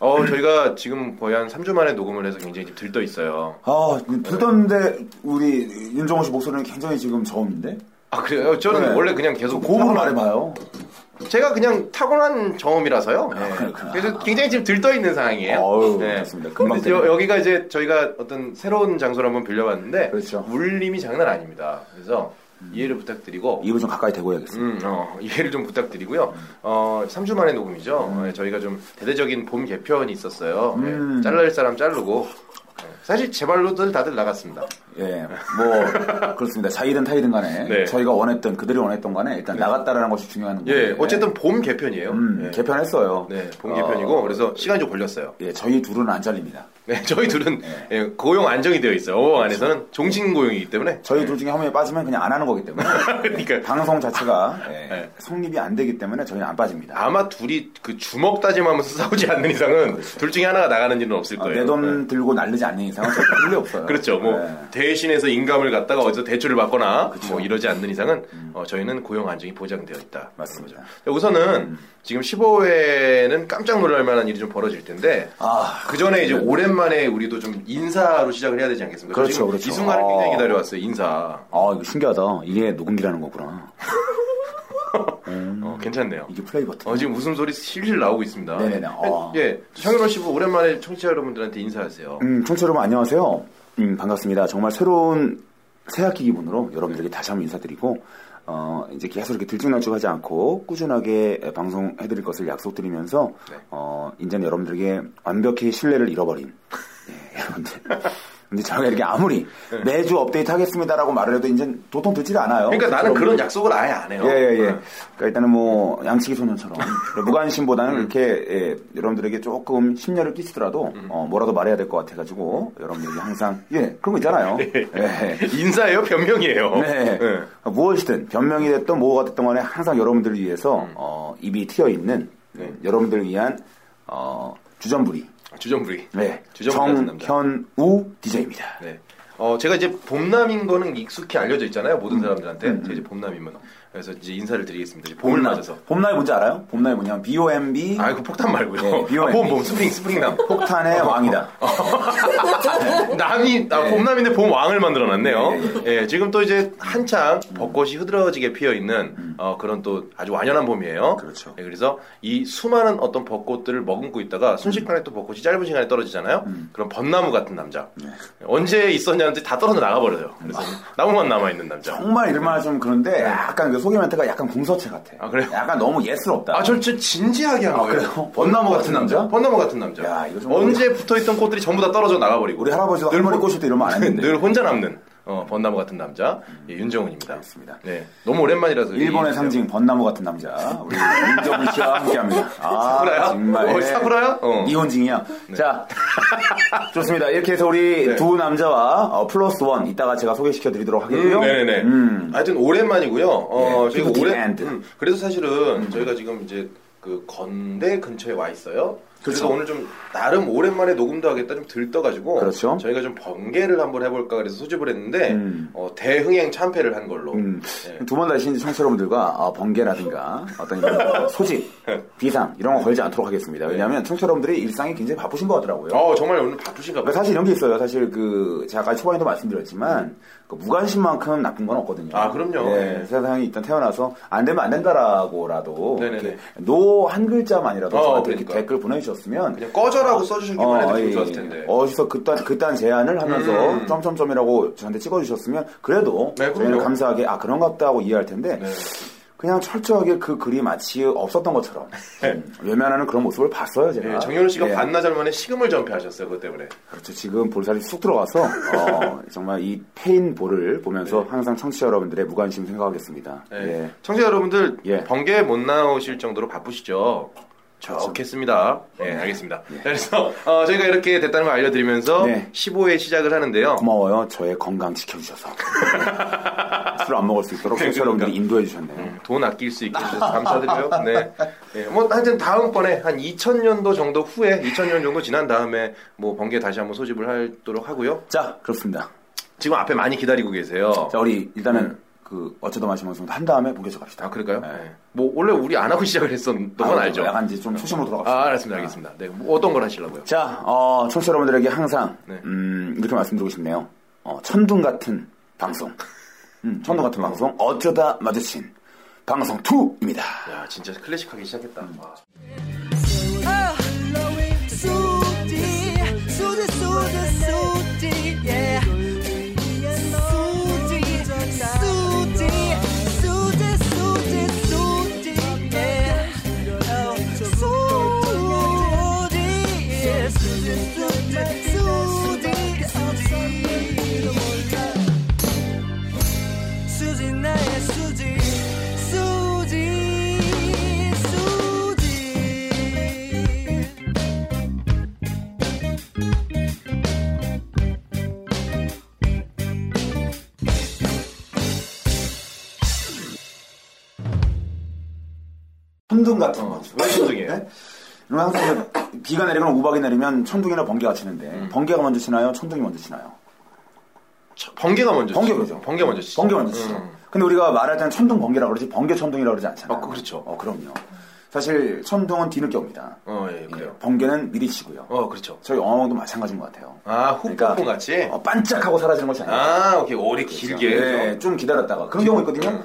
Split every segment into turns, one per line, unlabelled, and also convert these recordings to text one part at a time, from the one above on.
어, 저희가 지금 거의 한 3주 만에 녹음을 해서 굉장히 지금 들떠 있어요.
아, 듣던데 우리 윤정호 씨 목소리는 굉장히 지금 저음인데?
아, 그래요? 저는
네.
원래 그냥 계속 아.
고음으로 말해봐요.
제가 그냥 타고난 저음이라서요. 네.
그렇구나.
그래서 굉장히 지금 들떠 있는 상황이에요.
예. 아, 어우, 네. 그렇습니다. 금방
근데 네. 여,
때문에.
여기가 이제 저희가 어떤 새로운 장소를 한번 빌려봤는데
그렇죠.
울림이 장난 아닙니다. 그래서 이해를 부탁드리고
입을 좀 가까이 음. 대고 해야겠어요.
음, 어, 이해를 좀 부탁드리고요. 어, 3주 만에 녹음이죠. 예, 저희가 좀 대대적인 봄 개편이 있었어요. 예,
음.
잘라낼 사람 자르고 예, 사실 제 발로들 다들 나갔습니다.
예, 뭐 그렇습니다. 자이든 타이든 간에
음. 네.
저희가 원했던 그들이 원했던 간에 일단 나갔다라는 것이 중요한 거예요.
예, 어쨌든 봄 개편이에요.
네. 음,
예.
개편했어요.
네, 봄
어,
개편이고 그래서 시간이 좀 걸렸어요.
예, 저희 둘은 안 잘립니다.
네, 저희 둘은 예, 고용 안정이 되어 있어요. 어업
그렇죠.
안에서는 종신 고용이기 때문에
저희 둘 중에 한 명이 빠지면 그냥 안 하는 거기 때문에
그러니까
방송 자체가 예,
네.
성립이 안 되기 때문에 저희는 안 빠집니다.
아마 둘이 그 주먹 따짐하면서 싸우지 않는 이상은 둘 중에 하나가 나가는 일은 없을 거예요.
그렇죠. 아, 내
예.
돈 들고 날리지 않는 이상은 저희 필요 없어요.
그렇죠. 뭐
예.
대신해서 인감을 갖다가 어디서 대출을 받거나
그렇죠.
뭐 이러지 않는 이상은 어, 저희는 고용 안정이 보장되어 있다.
음. 맞습니다. 음.
우선은 지금 15회는 깜짝 놀랄 만한 일이 좀 벌어질 텐데
아,
그 전에 이제 오랜만에 우리도 좀 인사로 시작을 해야 되지 않겠습니까?
그렇죠,
지금
그렇죠.
이 순간을 굉장히
아.
기다려왔어요. 인사.
아 이거 신기하다. 이게 녹음기라는 거구나. 음.
어, 괜찮네요.
이게 플레이 버튼.
어, 지금 웃음소리 실실 나오고 있습니다.
네네네. 어.
예, 정현원 씨도 오랜만에 청취자 여러분들한테 인사하세요.
음, 청취자 여러분 안녕하세요. 음, 반갑습니다. 정말 새로운 새학기 기분으로 여러분들에게 다시 한번 인사드리고 어, 이제 계속 이렇게 들쭉날쭉하지 않고 꾸준하게 방송해드릴 것을 약속드리면서
네.
어, 이제는 여러분들에게 완벽히 신뢰를 잃어버린 예, 여러분들. 근데 저희가 이렇게 아무리 매주 업데이트하겠습니다라고 말을 해도 이제 도통 듣질 않아요.
네. 그러니까 나는
여러분들.
그런 약속을 아예 안 해요.
어,
어.
예, 예, 예. 그러니까 일단은 뭐, 양치기 소년처럼, 무관심보다는
음.
이렇게, 예, 여러분들에게 조금 심려를 끼치더라도,
음.
어, 뭐라도 말해야 될 것 같아가지고, 여러분들이 항상, 예, 그런 거 있잖아요.
네.
예.
인사예요, 변명이에요.
네.
예.
무엇이든, 변명이 됐던 뭐가 됐던 간에 항상 여러분들을 위해서,
음.
어, 입이 트여 있는, 예, 여러분들을 위한, 어, 주전부리.
주정부리.
네.
주정부리 같은 남자.
정현우 DJ입니다.
네. 어, 제가 이제 봄남인 거는 익숙히 알려져 있잖아요.
음.
모든 사람들한테. 제가 이제 봄남이면. 그래서 이제 인사를 드리겠습니다. 이제 봄을 맞아서.
봄날이 뭔지 알아요? 봄날이 뭐냐면, BOMB.
아, 어, 그 폭탄 말고요.
네,
아,
비오네.
봄, 봄, 스프링, 스프링남.
폭탄의 왕이다.
남이, 아,
네.
봄남인데 봄 왕을 만들어놨네요.
네,
예, 지금 또 이제 한창 벚꽃이 흐드러지게 피어있는 어, 그런 또 아주 완연한 봄이에요.
음. 그렇죠.
예, 그래서 이 수많은 어떤 벚꽃들을 머금고
음.
있다가 순식간에 또 벚꽃이 짧은 시간에 떨어지잖아요. 그런 벚나무 같은 남자.
네.
언제 있었냐는지 다 떨어져 나가버려요.
아.
그래서 나무만 남아있는 남자.
정말 이름만 좀 그런데 약간 그 소개 멘트가 약간 궁서체 같아.
네. 아, 그래요?
약간 너무 예스럽다.
아, 저 진짜 진지하게 한
아,
거예요.
그래요? 벚나무 같은 남자?
벚나무 같은 남자.
야, 이거 정말
언제 붙어 있던 꽃들이 전부 다 떨어져 나가버리고.
우리 할아버지도 할머니
혼-
꼬실 때 이러면 안 했는데.
늘 혼자 남는 어, 벚나무 같은 남자 예, 윤정훈입니다.
알겠습니다.
네, 너무 오랜만이라서
일본의
이-
상징 벚나무 같은 남자 우리 윤정훈 씨와 함께합니다. 아,
네. 사쿠라야?
정말
어, 사쿠라야? 어.
이혼징이야. 자, 좋습니다. 이렇게 해서 우리
네.
두 남자와 어, 플러스 원 이따가 제가 소개시켜드리도록
음,
하겠고요.
네네네.
음.
하여튼 오랜만이고요. 어,
네,
저희가
to the
오랜.
end.
음, 그래서 사실은 저희가 지금 이제 그 건대 근처에 와 있어요. 그래서
그렇죠.
오늘 좀 나름 오랜만에 녹음도 하겠다 좀 들떠가지고
그렇죠.
저희가 좀 번개를 한번 해볼까 그래서 소집을 했는데
음.
어, 대흥행 참패를 한 걸로 네.
두 번 다시 이제 청취자 여러분들과 어, 번개라든가 어떤 이런 소집,
네.
비상 이런 거 걸지 않도록 하겠습니다. 왜냐하면 청취자 여러분들이 일상이 굉장히 바쁘신 것 같더라고요.
어 정말 오늘 바쁘신가
그러니까
봐요.
사실 이런 게 있어요. 사실 그 제가 아까 초반에도 말씀드렸지만 그 무관심만큼 나쁜 건 없거든요.
아, 그럼요.
네,
네.
세상에 일단 태어나서 안 되면 안 된다라고라도
네네네.
노 한 글자만이라도
어,
저한테 이렇게
그러니까.
댓글 보내주셨으면
그냥 꺼져라고 써주시기만 해도
예,
기분 좋았을
예.
텐데.
어디서 그딴 그딴 제안을 하면서
음.
점점점이라고 저한테 찍어주셨으면 그래도
네, 그럼요.
저희는 감사하게 아 그런갑다 하고 이해할 텐데
네.
그냥 철저하게 그 글이 마치 없었던 것처럼 음, 외면하는 그런 모습을 봤어요 제가.
네, 정현우 씨가
예.
반나절 만에 식음을 전폐하셨어요 그것 때문에.
그렇죠. 지금 볼살이 쑥 들어가서 어, 정말 이 페인 볼을 보면서 항상 청취자 여러분들의 무관심 생각하겠습니다.
네.
예.
청취자 여러분들
예.
번개 못 나오실 정도로 바쁘시죠? 좋겠습니다. 네, 알겠습니다. 그래서 어, 저희가 이렇게 됐다는 걸 알려드리면서
네.
15회 시작을 하는데요.
고마워요. 저의 건강 지켜주셔서 술 안 먹을 수 있도록 청취자 여러분들이 인도해 주셨네요.
돈 아낄 수 있게 해주셔서 감사드려요. 네. 예, 뭐, 하여튼 다음번에 한 2000년도 정도 후에, 2000년 정도 지난 다음에 뭐 번개 다시 한번 소집을 하도록 하고요.
자 그렇습니다.
지금 앞에 많이 기다리고 계세요.
자 우리 일단은 그 어쩌다 마시면 방송 한 다음에 본격적으로 갑시다.
아 네. 그럴까요?
네.
네. 뭐 원래 우리 안 하고 시작을 했었던 건
아,
알죠?
약간 이제 좀 초심으로 돌아갑시다.
아 알겠습니다, 알겠습니다. 네, 뭐 어떤 걸 하시려고요?
자, 어, 청취자 여러분들에게 항상
네.
음, 이렇게 말씀드리고 싶네요. 어, 천둥 같은 방송, 음, 천둥 같은 방송 어쩌다 마주친 방송 2입니다.
야 진짜 클래식하게 시작했다. 아, 와.
수지 수지 수지 수지 예 수지 수지 수지 수지 수지 예 수지 예 수지 수지 수지 수지 수지 나의 수지 수지 수지
천둥 같은 방송.
왜 천둥이에요?
네? 이런 항상 이제 비가 내리거나 우박이 내리면 천둥이나 번개가 치는데
음.
번개가 먼저 치나요? 천둥이 먼저 치나요?
저- 번개가 먼저
번개
치죠.
그죠?
번개 음. 먼저 치죠.
번개 먼저 치죠. 근데 우리가 말할 때는 천둥 번개라고 그러지 번개 천둥이라고 그러지 않잖아요.
아, 그렇죠.
어, 그럼요. 사실 천둥은 뒤늦게 옵니다.
어, 예,
예,
그래요.
번개는 미리 치고요.
어, 그렇죠.
저희 어항도 마찬가지인 것 같아요.
아, 후폭풍 같이.
어, 반짝하고 사라지는 것이 아니라
아, 오케이. 오래 길게. 네.
네, 좀 기다렸다가 그런 경우 있거든요.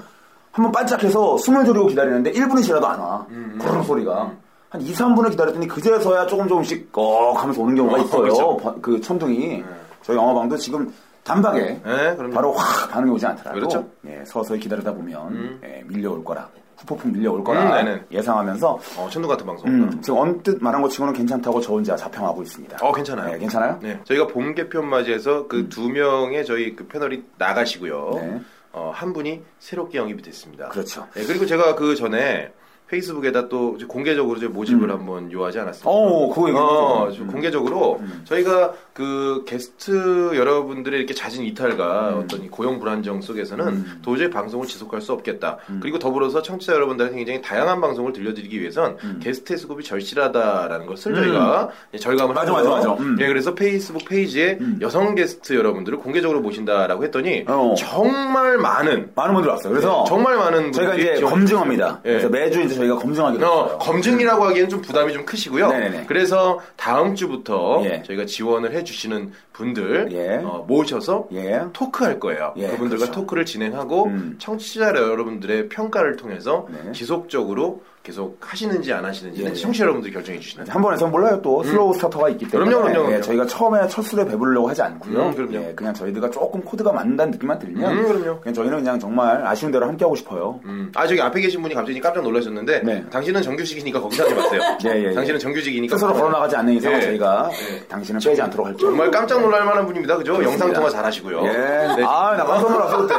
한번 반짝해서 숨을 들이고 기다리는데 1분이 지나도 안 와.
음,
그런 소리가. 한 2, 3분을 기다렸더니 그제서야 조금 조금씩 꺽 하면서 오는 경우가
어,
있어요.
그렇죠.
번- 그 천둥이. 저희 영화방도 지금 단박에
네, 그럼요.
바로 확 반응이 오지 않더라도
그렇죠.
예, 서서히 기다리다 보면 예, 밀려올 거라. 후폭풍 밀려올
음,
거라
네네.
예상하면서
어, 천둥 같은 방송.
음, 지금 언뜻 말한 것 치고는 괜찮다고 저 혼자 자평하고 있습니다.
어, 괜찮아요.
네, 괜찮아요?
네. 저희가 봄 개편 맞이해서 그 두 명의 저희 그 패널이 나가시고요.
음. 네.
어, 한 분이 새롭게 영입이 됐습니다.
그렇죠.
네, 그리고 제가 그 전에 페이스북에다 또 이제 공개적으로 이제 모집을 한번 요하지 않았습니까?
오, 음. 그거 음. 얘기해
어,
주세요.
좀 공개적으로 저희가 그 게스트 여러분들의 이렇게 잦은
음.
이탈과 어떤 이 고용 불안정 속에서는 도저히 방송을 지속할 수 없겠다.
음.
그리고 더불어서 청취자 여러분들한테 굉장히 다양한 방송을 들려드리기 위해선
음.
게스트의 수급이 절실하다라는 것을 저희가 이제 절감을
맞아,
하고요.
맞아, 맞아. 음.
예, 그래서 페이스북 페이지에 여성 게스트 여러분들을 공개적으로 모신다라고 했더니
어.
정말 많은
많은 분들 왔어요. 그래서
네, 정말 많은
저희가
분들이
이제
지원-
검증합니다.
예.
그래서 매주 이제 저희가 검증하게 됐어요.
어, 검증이라고 하기에는 좀 부담이 좀 크시고요.
네네네.
그래서 다음 주부터
예.
저희가 지원을 해주시는 분들
예.
어, 모셔서
예.
토크할 거예요.
예,
그분들과
그렇죠.
토크를 진행하고
음.
청취자 여러분들의 평가를 통해서
네.
지속적으로 계속 하시는지 안 하시는지는
예, 예.
청취자 여러분들이 결정해 주시는.
한 번에서 몰라요 또 슬로우 스타터가 있기
음.
때문에
그럼요, 그럼요, 그럼요.
예, 저희가 처음에 첫 술에 배부르려고 하지 않고요
음, 그럼요.
예, 그냥 저희들과 조금 코드가 맞는다는 느낌만 들면
음, 그럼요.
냥 저희는 그냥 정말 아쉬운 대로 함께 하고 싶어요
음. 아 저기 앞에 계신 분이 갑자기 깜짝 놀라셨는데
네.
당신은 정규직이니까 거기서 하지 마세요.
예, 예, 예.
당신은 정규직이니까
스스로
거기서
걸어나가지 않는 이상 은
예.
저희가 당신은 빼지 않도록 할게요
정말 깜짝 놀랄 만한 분입니다. 그죠? 영상 통화 잘하시고요.
예.
네.
아나 깜짝 놀랐어 그때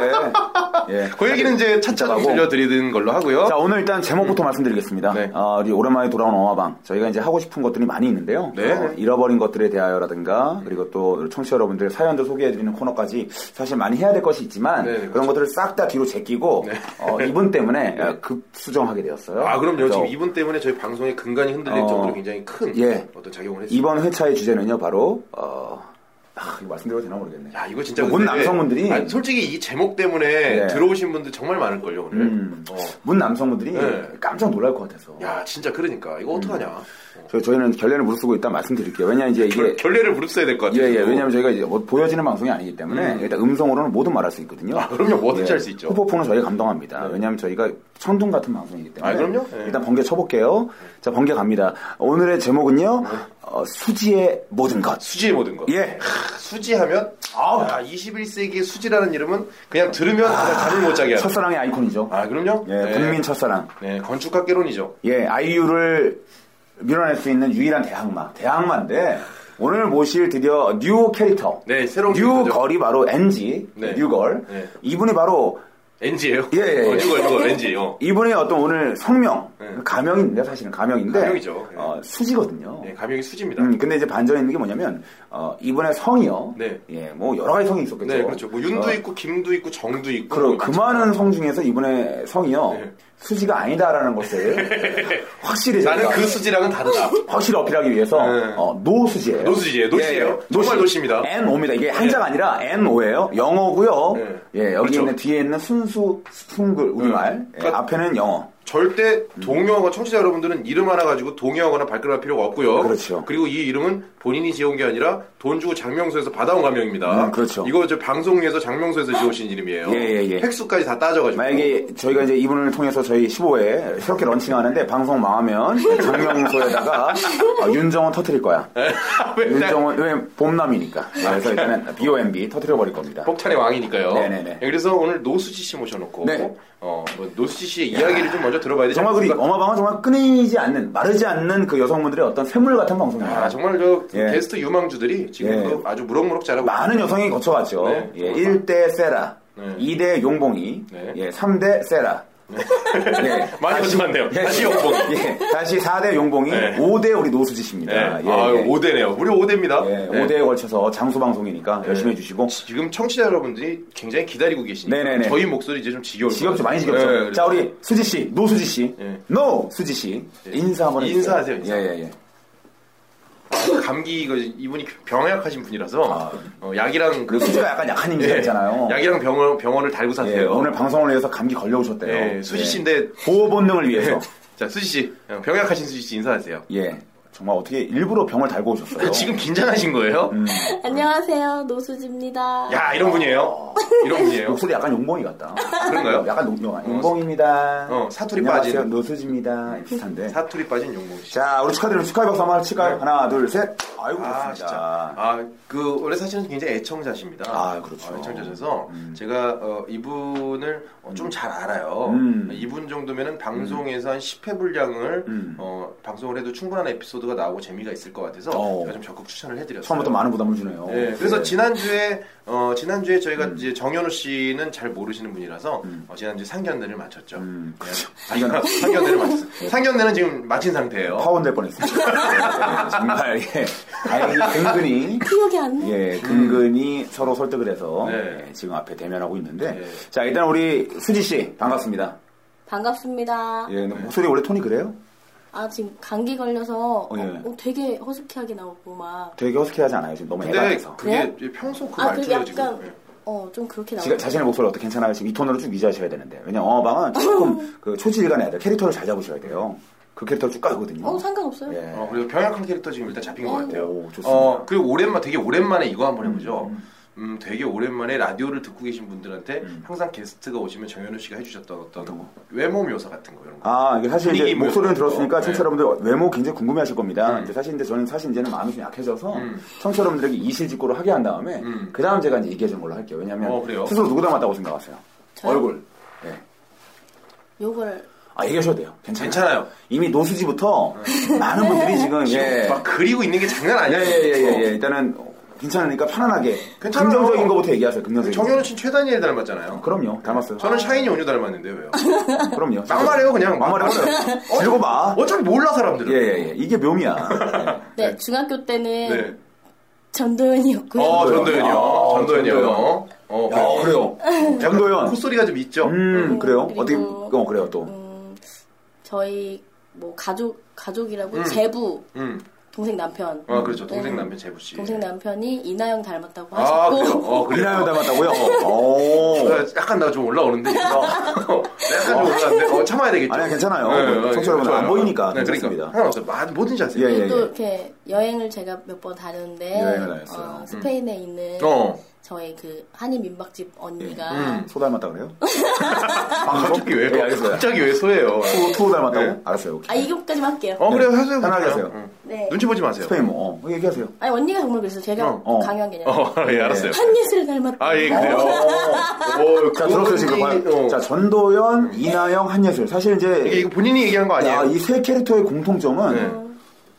예.
그 얘기는 이제 차차 좀
하고.
들려드리는 걸로 하고요.
자 오늘 일단 제목부터 말씀드리겠습니다.
네.
아, 우리 오랜만에 돌아온 어화방 저희가 이제 하고 싶은 것들이 많이 있는데요.
네.
어, 잃어버린 것들에 대하여라든가 그리고 또 청취자 여러분들 사연들 소개해드리는 코너까지 사실 많이 해야 될 것이 있지만
네, 네,
그런
그렇죠. 네.
것들을 싹 다 뒤로 제끼고 어, 이분 때문에 급수정하게 되었어요.
아, 그럼요.
그래서
지금 이분 때문에 저희 방송의 근간이 흔들릴
어,
정도로 굉장히 큰
예.
어떤 작용을 했습니다.
이번 회차의 주제는요 바로 어, 아, 이거 말씀드려도 되나 모르겠네.
야, 이거 진짜
문
근데-
뭐, 남성분들이
아니, 솔직히 이 제목 때문에
네.
들어오신 분들 정말 많을 걸요, 오늘.
음.
어.
문 남성분들이
네.
깜짝 놀랄 것 같아서.
야, 진짜 그러니까
음.
이거 어떡하냐.
저, 저희는 결례를 무릅쓰고 일단 말씀드릴게요. 왜냐 이제 이게
결- 결례를 무릅써야 될 것
예,
같아요.
예. 왜냐면 하 저희가 이제 뭐 보여지는 방송이 아니기 때문에 일단 음성으로는 뭐든 말할 수 있거든요. 예.
아, 그럼요. 뭐든지 할수 있죠. 네.
후보풍은 저희가 감당합니다. 왜냐면 하 저희가 천둥 같은 방송이기 때문에.
아, 그럼요. 예.
일단 번개 쳐볼게요. 자, 번개 갑니다. 오늘의 제목은요. 어, 수지의 모든 것.
네. 수지의 모든 것.
예.
크, 수지하면 아, 21세기의 수지라는 이름은 그냥 들으면 정말 잠을 못 자게 하는.
아, 예. 첫사랑의 아이콘이죠.
아, 그럼요.
예,
네.
국민 첫사랑.
네, 건축학개론이죠.
예, 아이유를 밀어낼 수 있는 유일한 대항마. 대항마인데, 오늘 모실 드디어 뉴 캐릭터.
네, 새로운
뉴
캐릭터죠.
걸이 바로 NG.
네.
뉴걸.
네.
이분이 바로
엔지예요.
예, 예, 예.
어, 이거 이거 엔지. 어.
이분의 어떤 오늘 성명,
네.
가명인데 사실은 가명인데
가명이죠. 예.
어, 수지거든요.
네, 감명이 수지입니다.
음, 근데 이제 반전이 있는 게 뭐냐면 어, 이분의 성이요.
네.
예, 뭐 여러 가지 성이
그렇죠.
있었겠죠.
뭐 네,
아. 어,
그렇죠. 뭐 윤도 있고 김도 있고 정도 있고.
그렇죠.
뭐
그러, 그 많은 성 중에서 이분의 성이요.
네.
수지가 아니다라는 것을 확실히
나는
저희가
그 수지랑은 다르다.
확실히 어필하기 위해서
네.
어, 노수지예요.
노수지예요. 노시예요. 정말 노시입니다.
N O입니다. 이게 한자가 아니라 N O예요. 영어고요.
네.
예, 여기
그렇죠.
있는 뒤에 있는 순수 순글 우리말, 예,
그러니까-
앞에는 영어.
절대
음.
동요하고 청취자 여러분들은 이름 하나 가지고 동요하거나 발끈할 필요가 없고요.
그렇죠.
리고이 이름은 본인이 지은 게 아니라 돈 주고 장명소에서 받아온 가명입니다.
음, 그렇죠.
이거 저 방송에서 장명소에서 지으신 이름이에요.
예, 예, 예.
팩수까지 다 따져가지고.
만약에 저희가 이제 이분을 통해서 저희 15회 새롭게 런칭하는데 방송 망하면 장명소에다가 어, 윤정원 터트릴 거야.
아,
윤정원 왜 봄남이니까. 예, 그래서 일단은 B.O.M.B 터트려 버릴 겁니다.
폭탄의 왕이니까요.
네네네.
예, 그래서 오늘 노수지 씨 모셔놓고
네.
어, 뭐 노수지 씨의 이야기를 좀 먼저 들어봐야 되지
정말 우리
않습니까?
어마방은 정말 끊이지 않는 마르지 않는 그 여성분들의 어떤 샘물 같은 방송입니다.
아, 정말 저그
예.
게스트 유망주들이 지금도 아주 무럭무럭 자라고
많은 여성이 거쳐갔죠.
네,
예,
정말.
1대 세라,
네.
2대 용봉이,
네.
예, 3대 세라. 예,
많이
다시-
거쳐갔네요.
예,
다시 용봉이.
예, 다시 4대 용봉이,
네.
5대 우리
예.
노수지십니다. 예,
아,
예.
5대네요. 네. 무려 5대입니다.
예, 5대에 걸쳐서 장수 방송이니까 열심히 해주시고.
지금 청취자 여러분들이 굉장히 기다리고 계시니까
네네네.
저희 목소리 이제 좀 지겨울 거예요.
지겹죠, 많이 지겹죠.
네,
자,
그래서
우리 수지 씨, 노수지 씨,
예.
노 수지 씨 인사 한번 해주세요.
네. 인사하세요, 인사.
예, 예, 예.
감기 이거 이분이 병약하신 분이라서
아.
어, 약이랑 그
그 수지가 약간 약한 인자였잖아요.
네. 약이랑 병원 병원을 달고
예,
사세요.
오늘 방송을 위해서 감기 걸려오셨대요.
예, 수지 씨인데
보호 본능을 위해서.
자 수지 씨 어, 병약하신 수지 씨 인사하세요.
예. 정말 어떻게 일부러 병을 달고 오셨어요?
네.
음.
지금 긴장하신 거예요?
안녕하세요, 노수지입니다.
야 이런 분이에요. 이런 분이에요.
아. 목소리 약간 용봉이 같다.
그런가요?
약간 농, 용, 용봉입니다.
어, 사투리
안녕하세요.
빠진.
노수지입니다. 비슷한데.
사투리 빠진 용봉 씨.
자, 우리 축하드립니다. 축하의 박수 한번 칠까요?
네.
하나, 둘, 셋. 아이고,
아 진짜
좋습니다.
아그 원래 사실은 굉장히 애청자십니다.
아, 그렇죠.
어, 애청자셔서 제가 어, 이분을 어, 좀 잘 알아요.
음.
이분 정도면은 방송에서 한 10회 분량을
음.
어, 방송을 해도 충분한 에피소드가 나오고 재미가 있을 것 같아서
어.
제가 좀 적극 추천을 해드렸어요.
처음부터 많은 부담을 주네요. 음.
네, 그래서
예.
지난주에 어, 지난주에 저희가 이제 정현우 씨는 잘 모르시는 분이라서 어, 지난주 상견례를 마쳤죠.
음, 그렇죠.
상견, 상견례를 마쳤어요. 상견례는 지금 마친 상태예요.
파혼될 뻔했습니다. 예, 예, 정말 예.
아.
다행히 근근히
기억이 안 나.
예, 근근히 서로 설득을 해서
음. 네.
예, 지금 앞에 대면하고 있는데
네.
자 일단 우리 수지 씨 반갑습니다.
반갑습니다.
네.
예, 목소리 원래 톤이 그래요?
아, 지금 감기 걸려서 어,
예.
어, 되게 허스키하게 나오고 막.
되게 허스키하지 않아요 지금 너무
근데
애가서
그게 평소 그
아, 그게
말투예요
약간,
지금.
어, 좀 그렇게 나오고.
지가 자신의 목소리 어떻게 괜찮아요 지금 이 톤으로 쭉 유지하셔야 되는데 왜냐면 어방은 조금 그 초지일관해야 돼요 캐릭터를 잘 잡으셔야 돼요 그 캐릭터 쭉 가거든요.
어, 상관없어요.
예.
어, 그리고 병약한 캐릭터 지금 일단 잡힌 것 같아요.
오, 좋습니다.
어, 그리고 오랜만, 되게 오랜만에 이거 한번 해보죠. 음, 되게 오랜만에 라디오를 듣고 계신 분들한테 항상 게스트가 오시면 정현우 씨가 해주셨던 어떤
음. 어떤 거?
외모 묘사 같은 거 이런 거.
아, 이게 사실 이제
분위기 뭐-
목소리는 들었으니까
어,
청취자
네.
여러분들 외모 굉장히 궁금해하실 겁니다.
음.
이제 사실 이제 저는 사실 이제는 마음이 좀 약해져서
음.
청취자 여러분들에게 이실직고를 하게 한 다음에
음.
그 다음 제가 이제 얘기해 주는 걸로 할게요. 왜냐하면
어, 그래요?
스스로 누구 닮았다고 생각하세요?
저요?
얼굴. 네.
요걸.
아 얘기하셔도 돼요. 괜찮아요.
괜찮아요. 네.
이미 노수지부터 많은 분들이 지금 예.
막 그리고 있는 게 장난 아니에요.
예예예 예, 예, 예. 일단은 괜찮으니까 편안하게
괜찮아요.
긍정적인 거부터 얘기하세요. 긍정적인.
그렇죠? 정현우 씨는 최다니엘 닮았잖아요.
그럼요. 아, 닮았어요.
저는 샤이니 온유 닮았는데 왜요?
그럼요.
막 말해요 그냥.
막말해버려요 들고 봐.
어차피 몰라 사람들은.
아. 예예예. 이게 묘미야. 예.
네, 중학교 때는
네.
전도연이었고요.
어 전도연이요.
아,
전도연이요.
전도연.
어
야, 그래요. 전도연.
콧소리가 좀 있죠.
음, 그래요?
그리고-
어떻게, 어, 그래요, 또.
음, 저희, 뭐, 가족, 가족이라고
음.
제부,
음.
동생 남편.
아 그렇죠. 동생
네.
남편 재부 씨.
동생 남편이 이나영 닮았다고
아
하셨고.
그래요. 어 그래요.
이나영 닮았다고요? 오.
어, 약간 나 좀 올라오는데. 어, 약간 좀 올라왔는데. 어, 참아야 되겠죠.
아니야, 괜찮아요.
네, 네,
청취자 여러분,
좋아요.
안 보이니까
네,
괜찮습니다.
그러니까. 상관없어요. 마- 뭐든지 하세요.
예, 예.
그리고 또 이렇게 여행을 제가 몇 번 다녔는데
여행을 다녔어요.
어, 스페인에 있는
어.
저희 그 한인 민박집 언니가
예. 음.
소 닮았다 그래요?
아, 갑자기 왜,
예, 알겠어요.
갑자기 왜 소예요?
투, 투 닮았다고?
네.
알았어요, 오케이.
아 이거까지만 할게요.
어, 그래요.
네.
하세요.
편하게
괜찮아요.
하세요.
응.
네.
눈치 보지 마세요.
스페인 뭐, 어, 얘기하세요.
아니 언니가 정말 그랬어요. 제가
어,
어.
강요한 게 아니라
어, 예, 알았어요.
한예슬 닮았다.
아, 예, 그래요. 오,
어. 자, 들었어요, 지금. 봐요. 자, 전도연, 이나영, 한예슬. 사실
이게
이제,
이거 본인이 얘기한 거 아니에요?
이 세 캐릭터의 공통점은
네.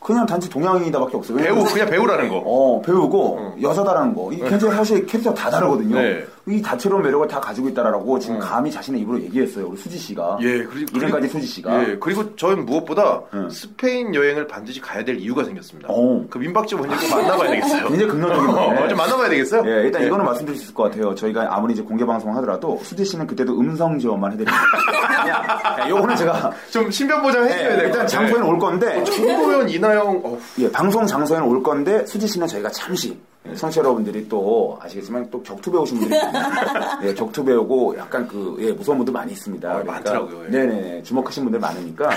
그냥 단지 동양인이다 밖에 없어요.
배우, 그냥 배우라는 거.
어, 배우고 여자다라는 거. 이 굉장히 사실 캐릭터 다 다르거든요.
네. 음.
이 다채로운 매력을 다 가지고 있다라고 지금 감히 자신의 입으로 얘기했어요. 우리 수지 씨가.
예, 그리고.
이름까지
그리고-
수지 씨가. 예.
예, 그리고 저는 무엇보다
응.
스페인 여행을 반드시 가야 될 이유가 생겼습니다.
오.
그 민박집 언니 좀 만나봐야 되겠어요.
굉장히 긍정적인 거네.
어, 좀 만나봐야 되겠어요?
예, 일단
예.
이거는 말씀드릴 수 있을 것 같아요. 저희가 아무리 이제 공개 방송을 하더라도 수지 씨는 그때도 음성 지원만 해드립니다. 그냥 요거는 제가
좀 신변 보장 해줘야
네,
될것 어, 네.
일단 장소에는 올 건데
중고현 이나영 어우,
예, 방송 장소에는 올 건데 수지 씨는 저희가 잠시 예, 청취자 여러분들이 또 아시겠지만 또 격투 배우신 분들이 있습니다. 예, 격투 배우고 약간 그 예, 무서운 분들 많이 있습니다. 그러니까
아, 많더라고요, 예.
네네 주목하신 분들 많으니까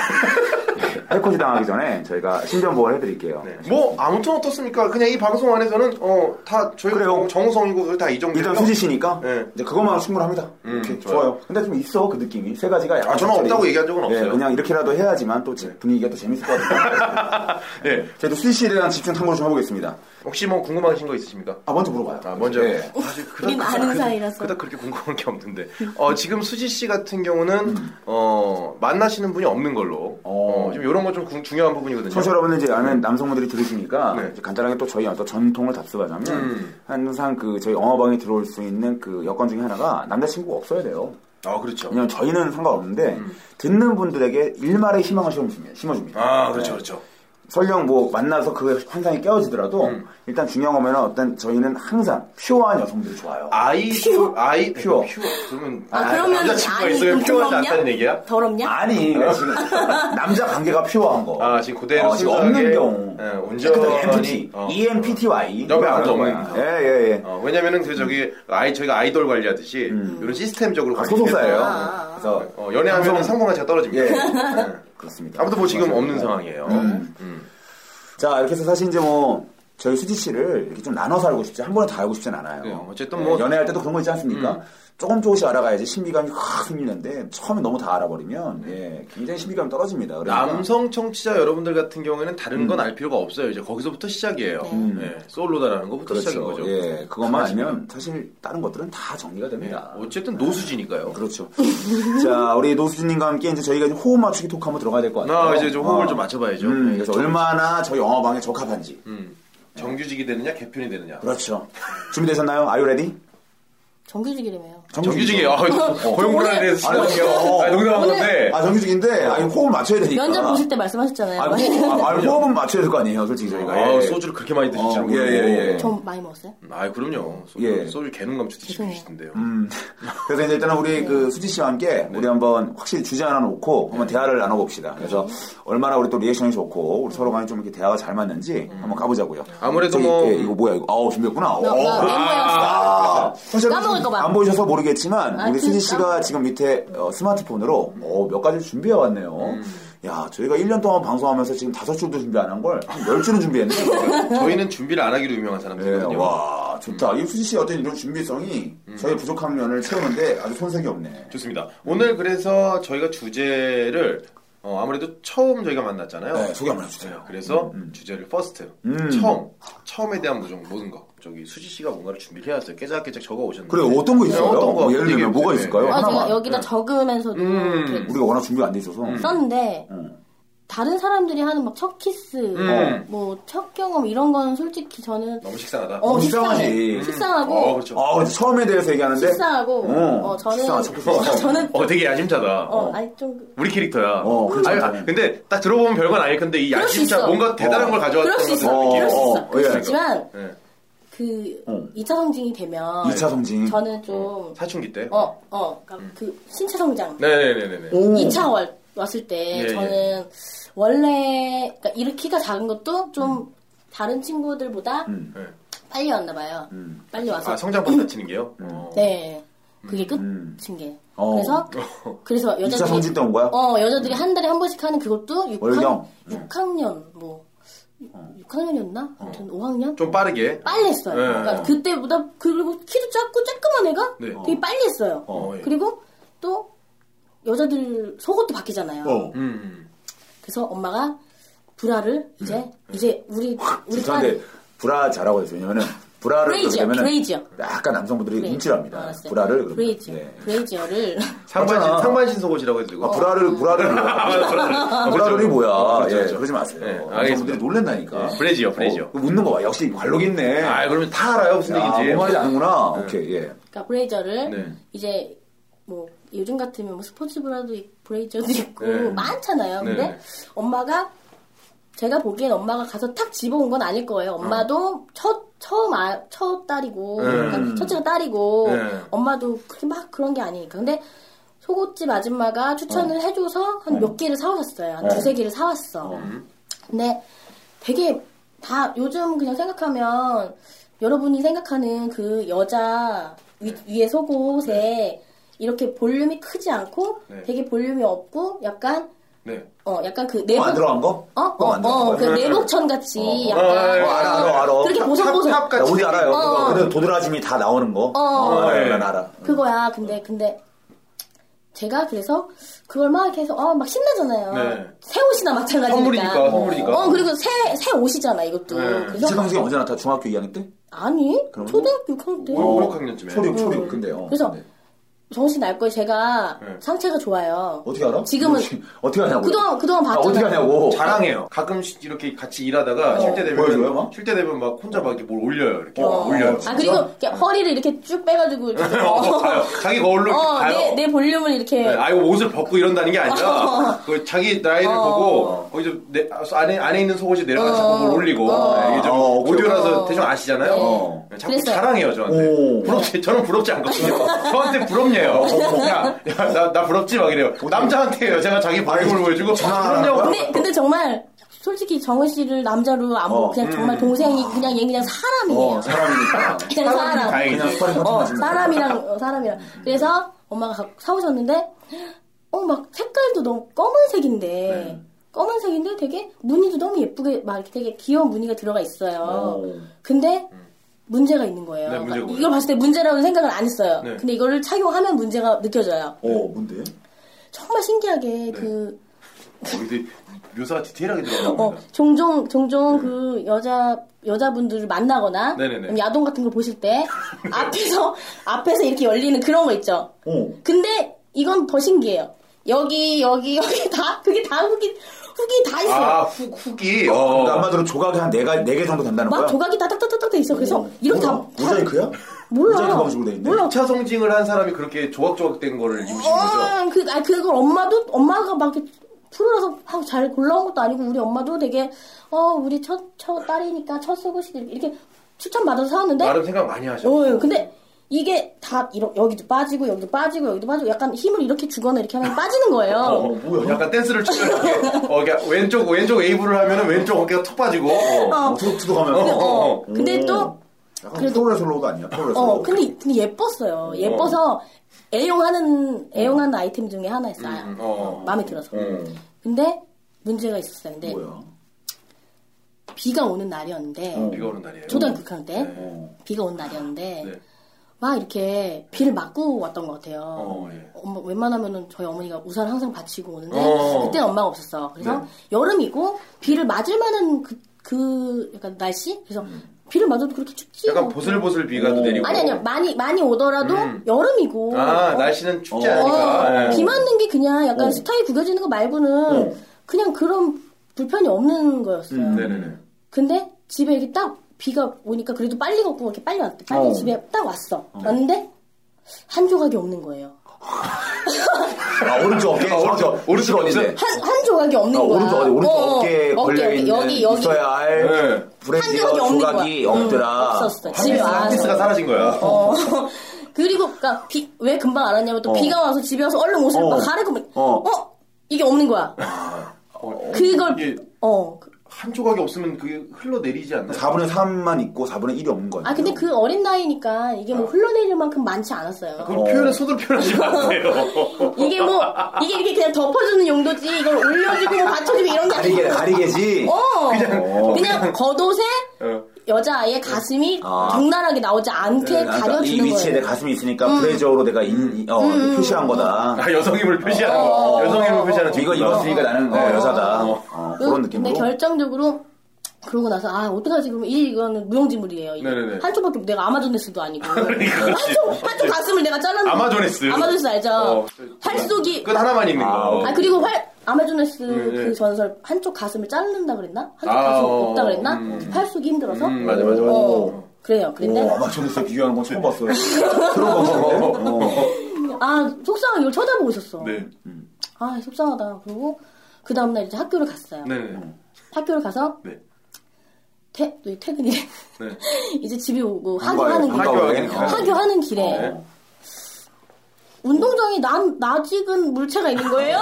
예, 해코지 당하기 전에 저희가 신변 보호를 해드릴게요.
네. 뭐 아무튼 어떻습니까? 그냥 이 방송 안에서는 어 다 저희가
그래요.
정우성이고 다 이 정도.
일단 수지 씨니까
네.
이제 그것만 충분합니다.
음,
이렇게
좋아요.
좋아요. 근데 좀 있어 그 느낌이 세 가지가. 약간
아, 저는
겹쳐져
없다고
있-
얘기한 적은
예,
없어요. 네.
그냥 이렇게라도 해야지만 또 제- 분위기가 또 재밌을 것 같아요.
예.
저희도 수지 씨에 대한 집중 탐구를 좀 해보겠습니다.
혹시 뭐 궁금하신 거 있으십니까?
아 먼저 물어봐요.
아, 먼저
예.
사실
우린 아는 사이라서.
그닥 그렇게 궁금한 게 없는데 어, 지금 수지 씨 같은 경우는 어, 만나시는 분이 없는 걸로
어.
어, 좀 이런 건 좀 중요한 부분이거든요.
청취자 여러분들 이제 아는 남성분들이 들으시니까
네.
이제 간단하게 또 저희 어떤 전통을 답습하자면
음.
항상 그 저희 영화방에 들어올 수 있는 그 여건 중에 하나가 남자친구가 없어야 돼요.
아 그렇죠.
왜냐면 저희는 상관없는데 듣는 분들에게 일말의 희망을 심어줍니다. 심어줍니다.
음. 아 그렇죠
네.
그렇죠.
설령 뭐 만나서 그 환상이 깨어지더라도
음.
일단 중요한 거면 어떤 저희는 항상 퓨어한 여성들이 좋아요.
아이
퓨어?
아이
퓨어.
퓨어 네, 그러면
아, 그러면
남자친구가
아니,
있으면
그럼
퓨어하지
더럽냐?
않다는 얘기야?
더럽냐?
아니 그러니까 지금 남자 관계가 퓨어한 거.
아 지금 그대로
어, 지금
순수하게,
없는 경우.
예,
그다음에
온전히
MPT,
어.
ENPTY.
옆에 아무도 없는 거.
예예예.
어, 왜냐면은 그 저기 아이 저희가 아이돌 관리하듯이 이런 시스템적으로
아,
관리해서
소속사예요.
아.
그래서
어, 연애하면 성공 가치가 떨어집니다.
예.
네.
그렇습니다.
아무튼 뭐 지금
맞아요.
없는 상황이에요.
음.
음.
자 이렇게 해서 사실 이제 뭐 저희 수지 씨를 이렇게 좀 나눠서 알고 싶지 한 번에 다 알고 싶진 않아요.
그래요. 어쨌든 뭐-
예, 연애할 때도 그런 거 있지 않습니까?
음.
조금 조금씩 알아가야지 신비감이 확 생기는데 처음에 너무 다 알아버리면 예, 굉장히 신비감이 떨어집니다. 그러니까 음.
남성 청취자 여러분들 같은 경우에는 다른 건 알 필요가 없어요. 이제 거기서부터 시작이에요. 예, 솔로다라는 것부터 시작인
그렇죠.
거죠.
예, 그것만
사실은.
알면 사실 다른 것들은 다 정리가
예,
됩니다.
어쨌든 노수지니까요.
그렇죠. 자, 우리 노수진님과 함께 이제 저희가 이제 호흡 맞추기 토크 한번 들어가야 될 것 같아요.
나 이제 좀 호흡을
어.
좀 맞춰봐야죠.
음,
예,
그래서
정-
얼마나 저희 영화방에 적합한지.
음, 정규직이 되느냐 개편이 되느냐.
그렇죠. 준비되셨나요? Are you ready?
정규직이라며요.
정규직이에요. 고용불안에 대해서
오늘-
신경이요.
오늘-
아, 농담한
오늘-
건데.
아 정규직인데 아, 이거 호흡 맞춰야 되니까.
면접 보실 때 말씀하셨잖아요.
아, 호, 아, 아, 호흡은 맞춰야 될 거 아니에요, 솔직히 저희가.
아,
예.
소주를 그렇게 많이 드실 줄
어,
모르고.
예, 예, 예.
좀 많이 먹었어요?
아, 그럼요. 소주,
예.
소주 개눈 감추 드시고
죄송해요.
계시던데요.
음. 그래서 이제 일단은 우리 그 수지 씨와 함께
네.
우리 한번 확실히 주제 하나 놓고 한번 대화를 나눠봅시다. 그래서 얼마나 우리 또 리액션이 좋고 우리 서로 간에 좀 이렇게 대화가 잘 맞는지 한번 가보자고요.
음. 아무래도
저기,
뭐-
예, 이거 뭐야 이거? 아우 준비했구나.
나,
어.
나 멤버였어.
아, 사실
까먹을까 봐.
안 보이셔서 모르겠지만
아,
우리 수지
진짜?
씨가 지금 밑에 어, 스마트폰으로 어, 몇 가지를 준비해 왔네요.
음.
야, 저희가 1년 동안 방송하면서 지금 다섯 줄도 준비 안 한 걸 한 열줄은 준비했네.
저희는 준비를 안 하기로 유명한
예,
사람들이거든요.
와, 좋다. 이 수지 씨의 어떤 이런 준비성이
음.
저희 부족한 면을 채우는데 아주 손색이 없네.
좋습니다. 오늘 그래서 저희가 주제를 어, 아무래도 처음 저희가 만났잖아요.
네, 소개 한번 해주세요.
그래서 주제를 퍼스트
음.
처음 처음에 대한 모종 모든 거 저기 수지 씨가 뭔가를 준비를 해왔어요. 깨작깨작 적어 오셨는데
그래요, 어떤 거 있어요?
네, 어떤 거?
뭐 예를 들면 뭐가
네,
있을까요?
네.
아,
하나만.
제가 여기다 적으면서도
음.
이렇게
우리가 워낙 준비가 안 돼 있어서.
썼는데
음.
다른 사람들이 하는 막 첫 키스,
어.
음.
뭐 첫 경험 이런 건 솔직히 저는
너무 식상하다.
어,
식상하지.
식상해.
음.
식상하고
어, 그렇죠.
아, 근데 처음에 대해서 얘기하는데.
식상하고
어,
어, 저는
식상하죠. 식상하죠.
저는
어, 되게 야심차다.
어, 아니 좀
우리 캐릭터야.
어, 그렇죠.
아니, 아, 근데 딱 들어보면 별건 아닐 건데 이
그럴 수
야심차
있어.
뭔가 대단한
어.
걸 가져왔던
그럴 수 있어.
것 같은
그럴 수
느낌.
있어.
어,
그럴
예.
수 있지만
예.
그
어.
2차 성징이 되면
2차 성징.
저는 좀
사춘기 때.
어, 어, 그러니까 그 신체 성장
네네네네.
오.
2차 월, 왔을 때
예,
저는 원래 그러니까 이렇게 키가 작은 것도 좀 다른 친구들보다
음.
네.
빨리 왔나 봐요.
음.
빨리 와서
아 성장판 다치는 게요. 어.
네 그게
음.
끝인 게
어.
그래서 그래서
2차 성징
여자들이
때온 거야?
어 여자들이 한 달에 한 번씩 하는 그것도
월경? 어.
6학, 6학년 뭐 6학년이었나? 아무튼 5학년?
좀 빠르게.
빨리 했어요.
네.
그러니까 그때보다 그리고 키도 작고 쬐끄만 애가
네.
되게 빨리 했어요.
어, 예.
그리고 또 여자들 속옷도 바뀌잖아요.
어.
음.
그래서 엄마가 브라를 이제
네.
이제 우리 우리
죄송한데, 브라 자라고 했어요. 왜냐면은, 브라를 그렇게
브레이지어,
되면은
브레이지어.
약간 남성분들이
브레이-
움찔합니다.
네, 알았어요.
브라를. 그러면,
아, 브레이지어
예.
브레이지어를
상반신
맞잖아.
상반신 속옷이라고 해도 되고.
아,
어.
브라를, 브라를.
아,
브라돌이
그렇죠.
뭐야?
어,
예,
그렇죠, 그렇죠.
그러지 마세요.
예,
남성분들이
알겠습니다.
놀란다니까.
예, 브레지요, 브레지요.
어, 웃는 거 봐. 역시 관록 있네.
아, 그러면 다 알아요 뭐 무슨 얘기인지.
뭔 말인지 아는구나. 오케이, 예.
그러니까 브레이저를
네.
이제 뭐 요즘 같으면 뭐 스포츠 브라도 있- 브레이저도 있고
네.
많잖아요. 근데
네.
엄마가 제가 보기엔 엄마가 가서 탁 집어온 건 아닐 거예요. 엄마도 첫 처음 아, 첫 딸이고
네.
그러니까 첫째가 딸이고
네.
엄마도 그렇게 막 그런 게 아니니까. 근데 속옷집 아줌마가 추천을
어.
해줘서
네.
한 몇 개를 사오셨어요. 한
어.
두세 개를 사왔어. 근데 되게 다 요즘 그냥 생각하면 여러분이 생각하는 그 여자 위, 위에 속옷에 이렇게 볼륨이 크지 않고
네.
되게 볼륨이 없고 약간
네.
어 약간 그
뭐
어, 안
내복
들어간 거?
어?
어,
어?
안
어? 그
들어간 거야?
내복천 같이
어.
약간
어, 알아,
알아, 알아.
그렇게
탑,
보송보송
탑, 탑
나
같이
어디 알아요.
어.
그거. 그래 도드라짐이 다 나오는 거.
어.
예.
난 알아.
그거야.
어.
근데 근데 제가 그래서 그걸 막 이렇게 해서 어 막 신나잖아요.
네.
새 옷이나 마찬가지니까.
선물이니까, 선물이니까.
어 그리고 새 새 옷이잖아 이것도.
네.
그래서
이채 방송이 언제 나타? 중학교 2학년 때?
아니
그런 거?
초등학교 6학년 때.
어,
오, 오, 육 학년쯤에.
초륙 초륙 근데 어.
음. 그래서
네.
정신 날 거예요. 제가
네.
상체가 좋아요.
어떻게 알아? 뭐,
지금은
어떻게 하냐고.
그동안 그동안
아,
봤잖아.
어떻게 하냐고.
자랑해요. 가끔씩 이렇게 같이 일하다가 쉴 때 되면
보여줘요, 막?
쉴때 되면 막 혼자 막 이렇게 뭘 올려요. 이렇게
어.
올려요.
아 그리고 이렇게
어.
허리를 이렇게 쭉 빼가지고 이렇게
어, 가요. 자기 거울로 이렇게
어,
가요.
내, 내 볼륨을 이렇게
네, 아이고 옷을 벗고 이런다는 게 아니라 그 자기 나이를
어.
보고 거기서 내, 안에 안에 있는 속옷이 내려가 자꾸 뭘 올리고 네, 이게 좀
어, 오케이.
오디오라서
어.
대충 아시잖아요.
네.
네, 자꾸
그랬어요.
자랑해요 저한테.
오. 어,
부럽지 저는 부럽지 않거든요. 저한테 부럽네요. 야나 나 부럽지 막 이래요. 남자한테 여자가 자기 발음을 보여주고
아,
부럽냐고.
근데 그 근데 정말 솔직히 정은 씨를 남자로 안 보고
어,
그냥 정말 동생이 그냥 얘 그냥 사람이에요.
어, 아, 사람이니까.
그냥
사람이면
사람.
다행이지.
그냥 스파링 버튼
어,
맞으면
사람이랑 어, 사람이랑. 그래서 엄마가 가- 사오셨는데 어 막 색깔도 너무 검은색인데
네.
검은색인데 되게 무늬도 너무 예쁘게 막 이렇게 되게 귀여운 무늬가 들어가 있어요.
오.
근데 문제가 있는 거예요.
음. 네, 문제가
그러니까
뭐예요?
이걸 봤을 때 문제라고는 생각을 안 했어요.
네.
근데 이거를 착용하면 문제가 느껴져요.
어, 뭔데?
정말 신기하게
네.
그
어디 묘사가 디테일하게 들어갑니다.
어, 종종 종종 그 여자 여자분들을 만나거나
네. 네네네.
그럼 야동 같은 거 보실 때 앞에서 앞에서 이렇게 열리는 그런 거 있죠.
어.
근데 이건 더 신기해요. 여기 여기 여기 다 그게 다 훅이 훅이 다 있어요.
아 훅, 훅이
그러니까
어.
한마디로 조각이 한 4개, 네개 정도 된다는
막
거야?
조각이 다닥다닥닥 돼 있어. 그래서 이렇게 다,
뭐야?
다
모자이크야?
몰라.
모자이크 방식으로 돼 있네.
몰라.
차 성징을 한 사람이 그렇게 조각조각 된 거를 입으신 거죠?
어, 그, 아, 그걸 엄마도, 엄마가 막 이렇게 프로라서 하고 잘 골라온 것도 아니고, 우리 엄마도 되게, 어, 우리 첫, 첫 딸이니까 첫 속옷이 이렇게 추천받아서 사왔는데,
나름 생각 많이 하죠.
어, 근데 이게 다, 이러, 여기도 빠지고, 여기도 빠지고, 여기도 빠지고, 약간 힘을 이렇게 주거나 이렇게 하면 빠지는 거예요.
어, 뭐야?
약간 댄스를 추면 이렇게 어, 그러니까 왼쪽 왼쪽 웨이브를 하면은 왼쪽 어깨가 툭 빠지고 어.
어,
근데,
투둑투둑하면서.
어,
어, 어.
근데 또,
음.
약간 프로레슬러도 아니야, 프로레슬러.
어, 근데, 근데 예뻤어요. 예뻐서 애용하는, 애용하는 아이템 중에 하나였어요.
음, 어.
아, 마음에 들어서. 근데 문제가 있었어요. 근데
뭐야?
비가 오는 날이었는데,
비가 오는 날이에요.
초등학교 6학년 때
어. 네.
비가 온 날이었는데
네.
막 이렇게 비를 맞고 왔던 것 같아요.
어, 예.
엄마 웬만하면은 저희 어머니가 우산 항상 받치고 오는데
어.
그때는 엄마가 없었어. 그래서
네.
여름이고 비를 맞을 만한 그, 그 약간 날씨 그래서 비를 맞아도 그렇게 춥지.
음. 약간
않고.
보슬보슬 비가 또 내리고
음.
음.
아니 아니요 많이 많이 오더라도
음.
여름이고
아,
어,
날씨는 춥지
어.
않으니까
어,
예.
비 맞는 게 그냥 약간
어.
스타일 구겨지는 거 말고는
어.
그냥 그런 불편이 없는 거였어요.
음,
네네네
근데 집에 이게 딱 비가 오니까 그래도 빨리 걷고 이렇게 빨리 왔대. 빨리
어.
집에 딱 왔어. 왔는데 한 조각이 없는 거예요.
아, 오른쪽 어깨,
아, 오른쪽,
오른쪽, 오른쪽
오른쪽
어디네.
한, 한 조각이 없는
아,
거야.
오른쪽 어디, 오른쪽 어깨에 걸려 있는
여기 여기
있어야 할
네.
브랜드의
한 적이 없는
조각이
거야.
없더라.
응, 없었어.
한 피스,
집에
한
와서.
피스가 사라진 거야
어. 그리고 그니까 비 왜 금방 알았냐면 또 비가 와서 집에 와서 얼른 옷을
어.
막 가르고 막,
어.
어. 이게 없는 거야.
어,
그걸
이게
어.
한 조각이 없으면 그게 흘러내리지 않나요?
4분의 3만 있고 4분의 1이 없는 거야.
아 근데 그 어린 나이니까 이게 뭐 흘러내릴 만큼 많지 않았어요.
그걸 표현을 손으로 표현하지 마세요
이게 뭐 이게 이렇게 그냥 덮어주는 용도지 이걸 올려주고 뭐 받쳐주고 이런 게
가리개,
아니고
가리개지.
어
그냥-
그냥 겉옷에
어.
여자아이의 가슴이
아.
적나라하게 나오지 않게
네,
그러니까 이
가려주는
위치에
거예요. 음.
내 가슴이 있으니까 브레저로 내가 인, 이- 어, 표시한
어.
거다.
아, 여성임을 표시하는 거 여성임을 표시하는
이거
친구구나.
입었으니까 나는 어, 여자다. 어, 그런 느낌으로.
음, 근데 결정적으로 그러고 나서 아 어떡하지 그러면 이 이거는 무용지물이에요. 이거.
네네네.
한쪽밖에 내가 아마존네스도 아니고
그러니까.
한쪽 한쪽 가슴을 내가 잘랐는데
아마존네스.
아마존네스 알죠?
어. 그
활쏘기
끝 하나만 있는 거
아 그리고 활 아마존네스
어. 네, 네.
그 전설 한쪽 가슴을 자른다 그랬나? 한쪽
아,
가슴
어,
없다 그랬나?
음.
팔쏘기 힘들어서
음, 맞아 맞아 맞아
어, 그래요. 근데
오, 아마존에서 비교하는 건 처음 봤어요. 들어본 건데.
아 속상하게 이걸 쳐다보고 있었어.
네
아 속상하다. 그리고 그 다음날 이제 학교를 갔어요.
네네
학교를 가서
네.
퇴, 또 퇴근이
네.
이제 집에 오고
반가워요, 어.
하교하는 길에
반가워요.
하교하는 길.
하교하는 길에
네.
운동장이 난, 나 지금 물체가 있는 거예요.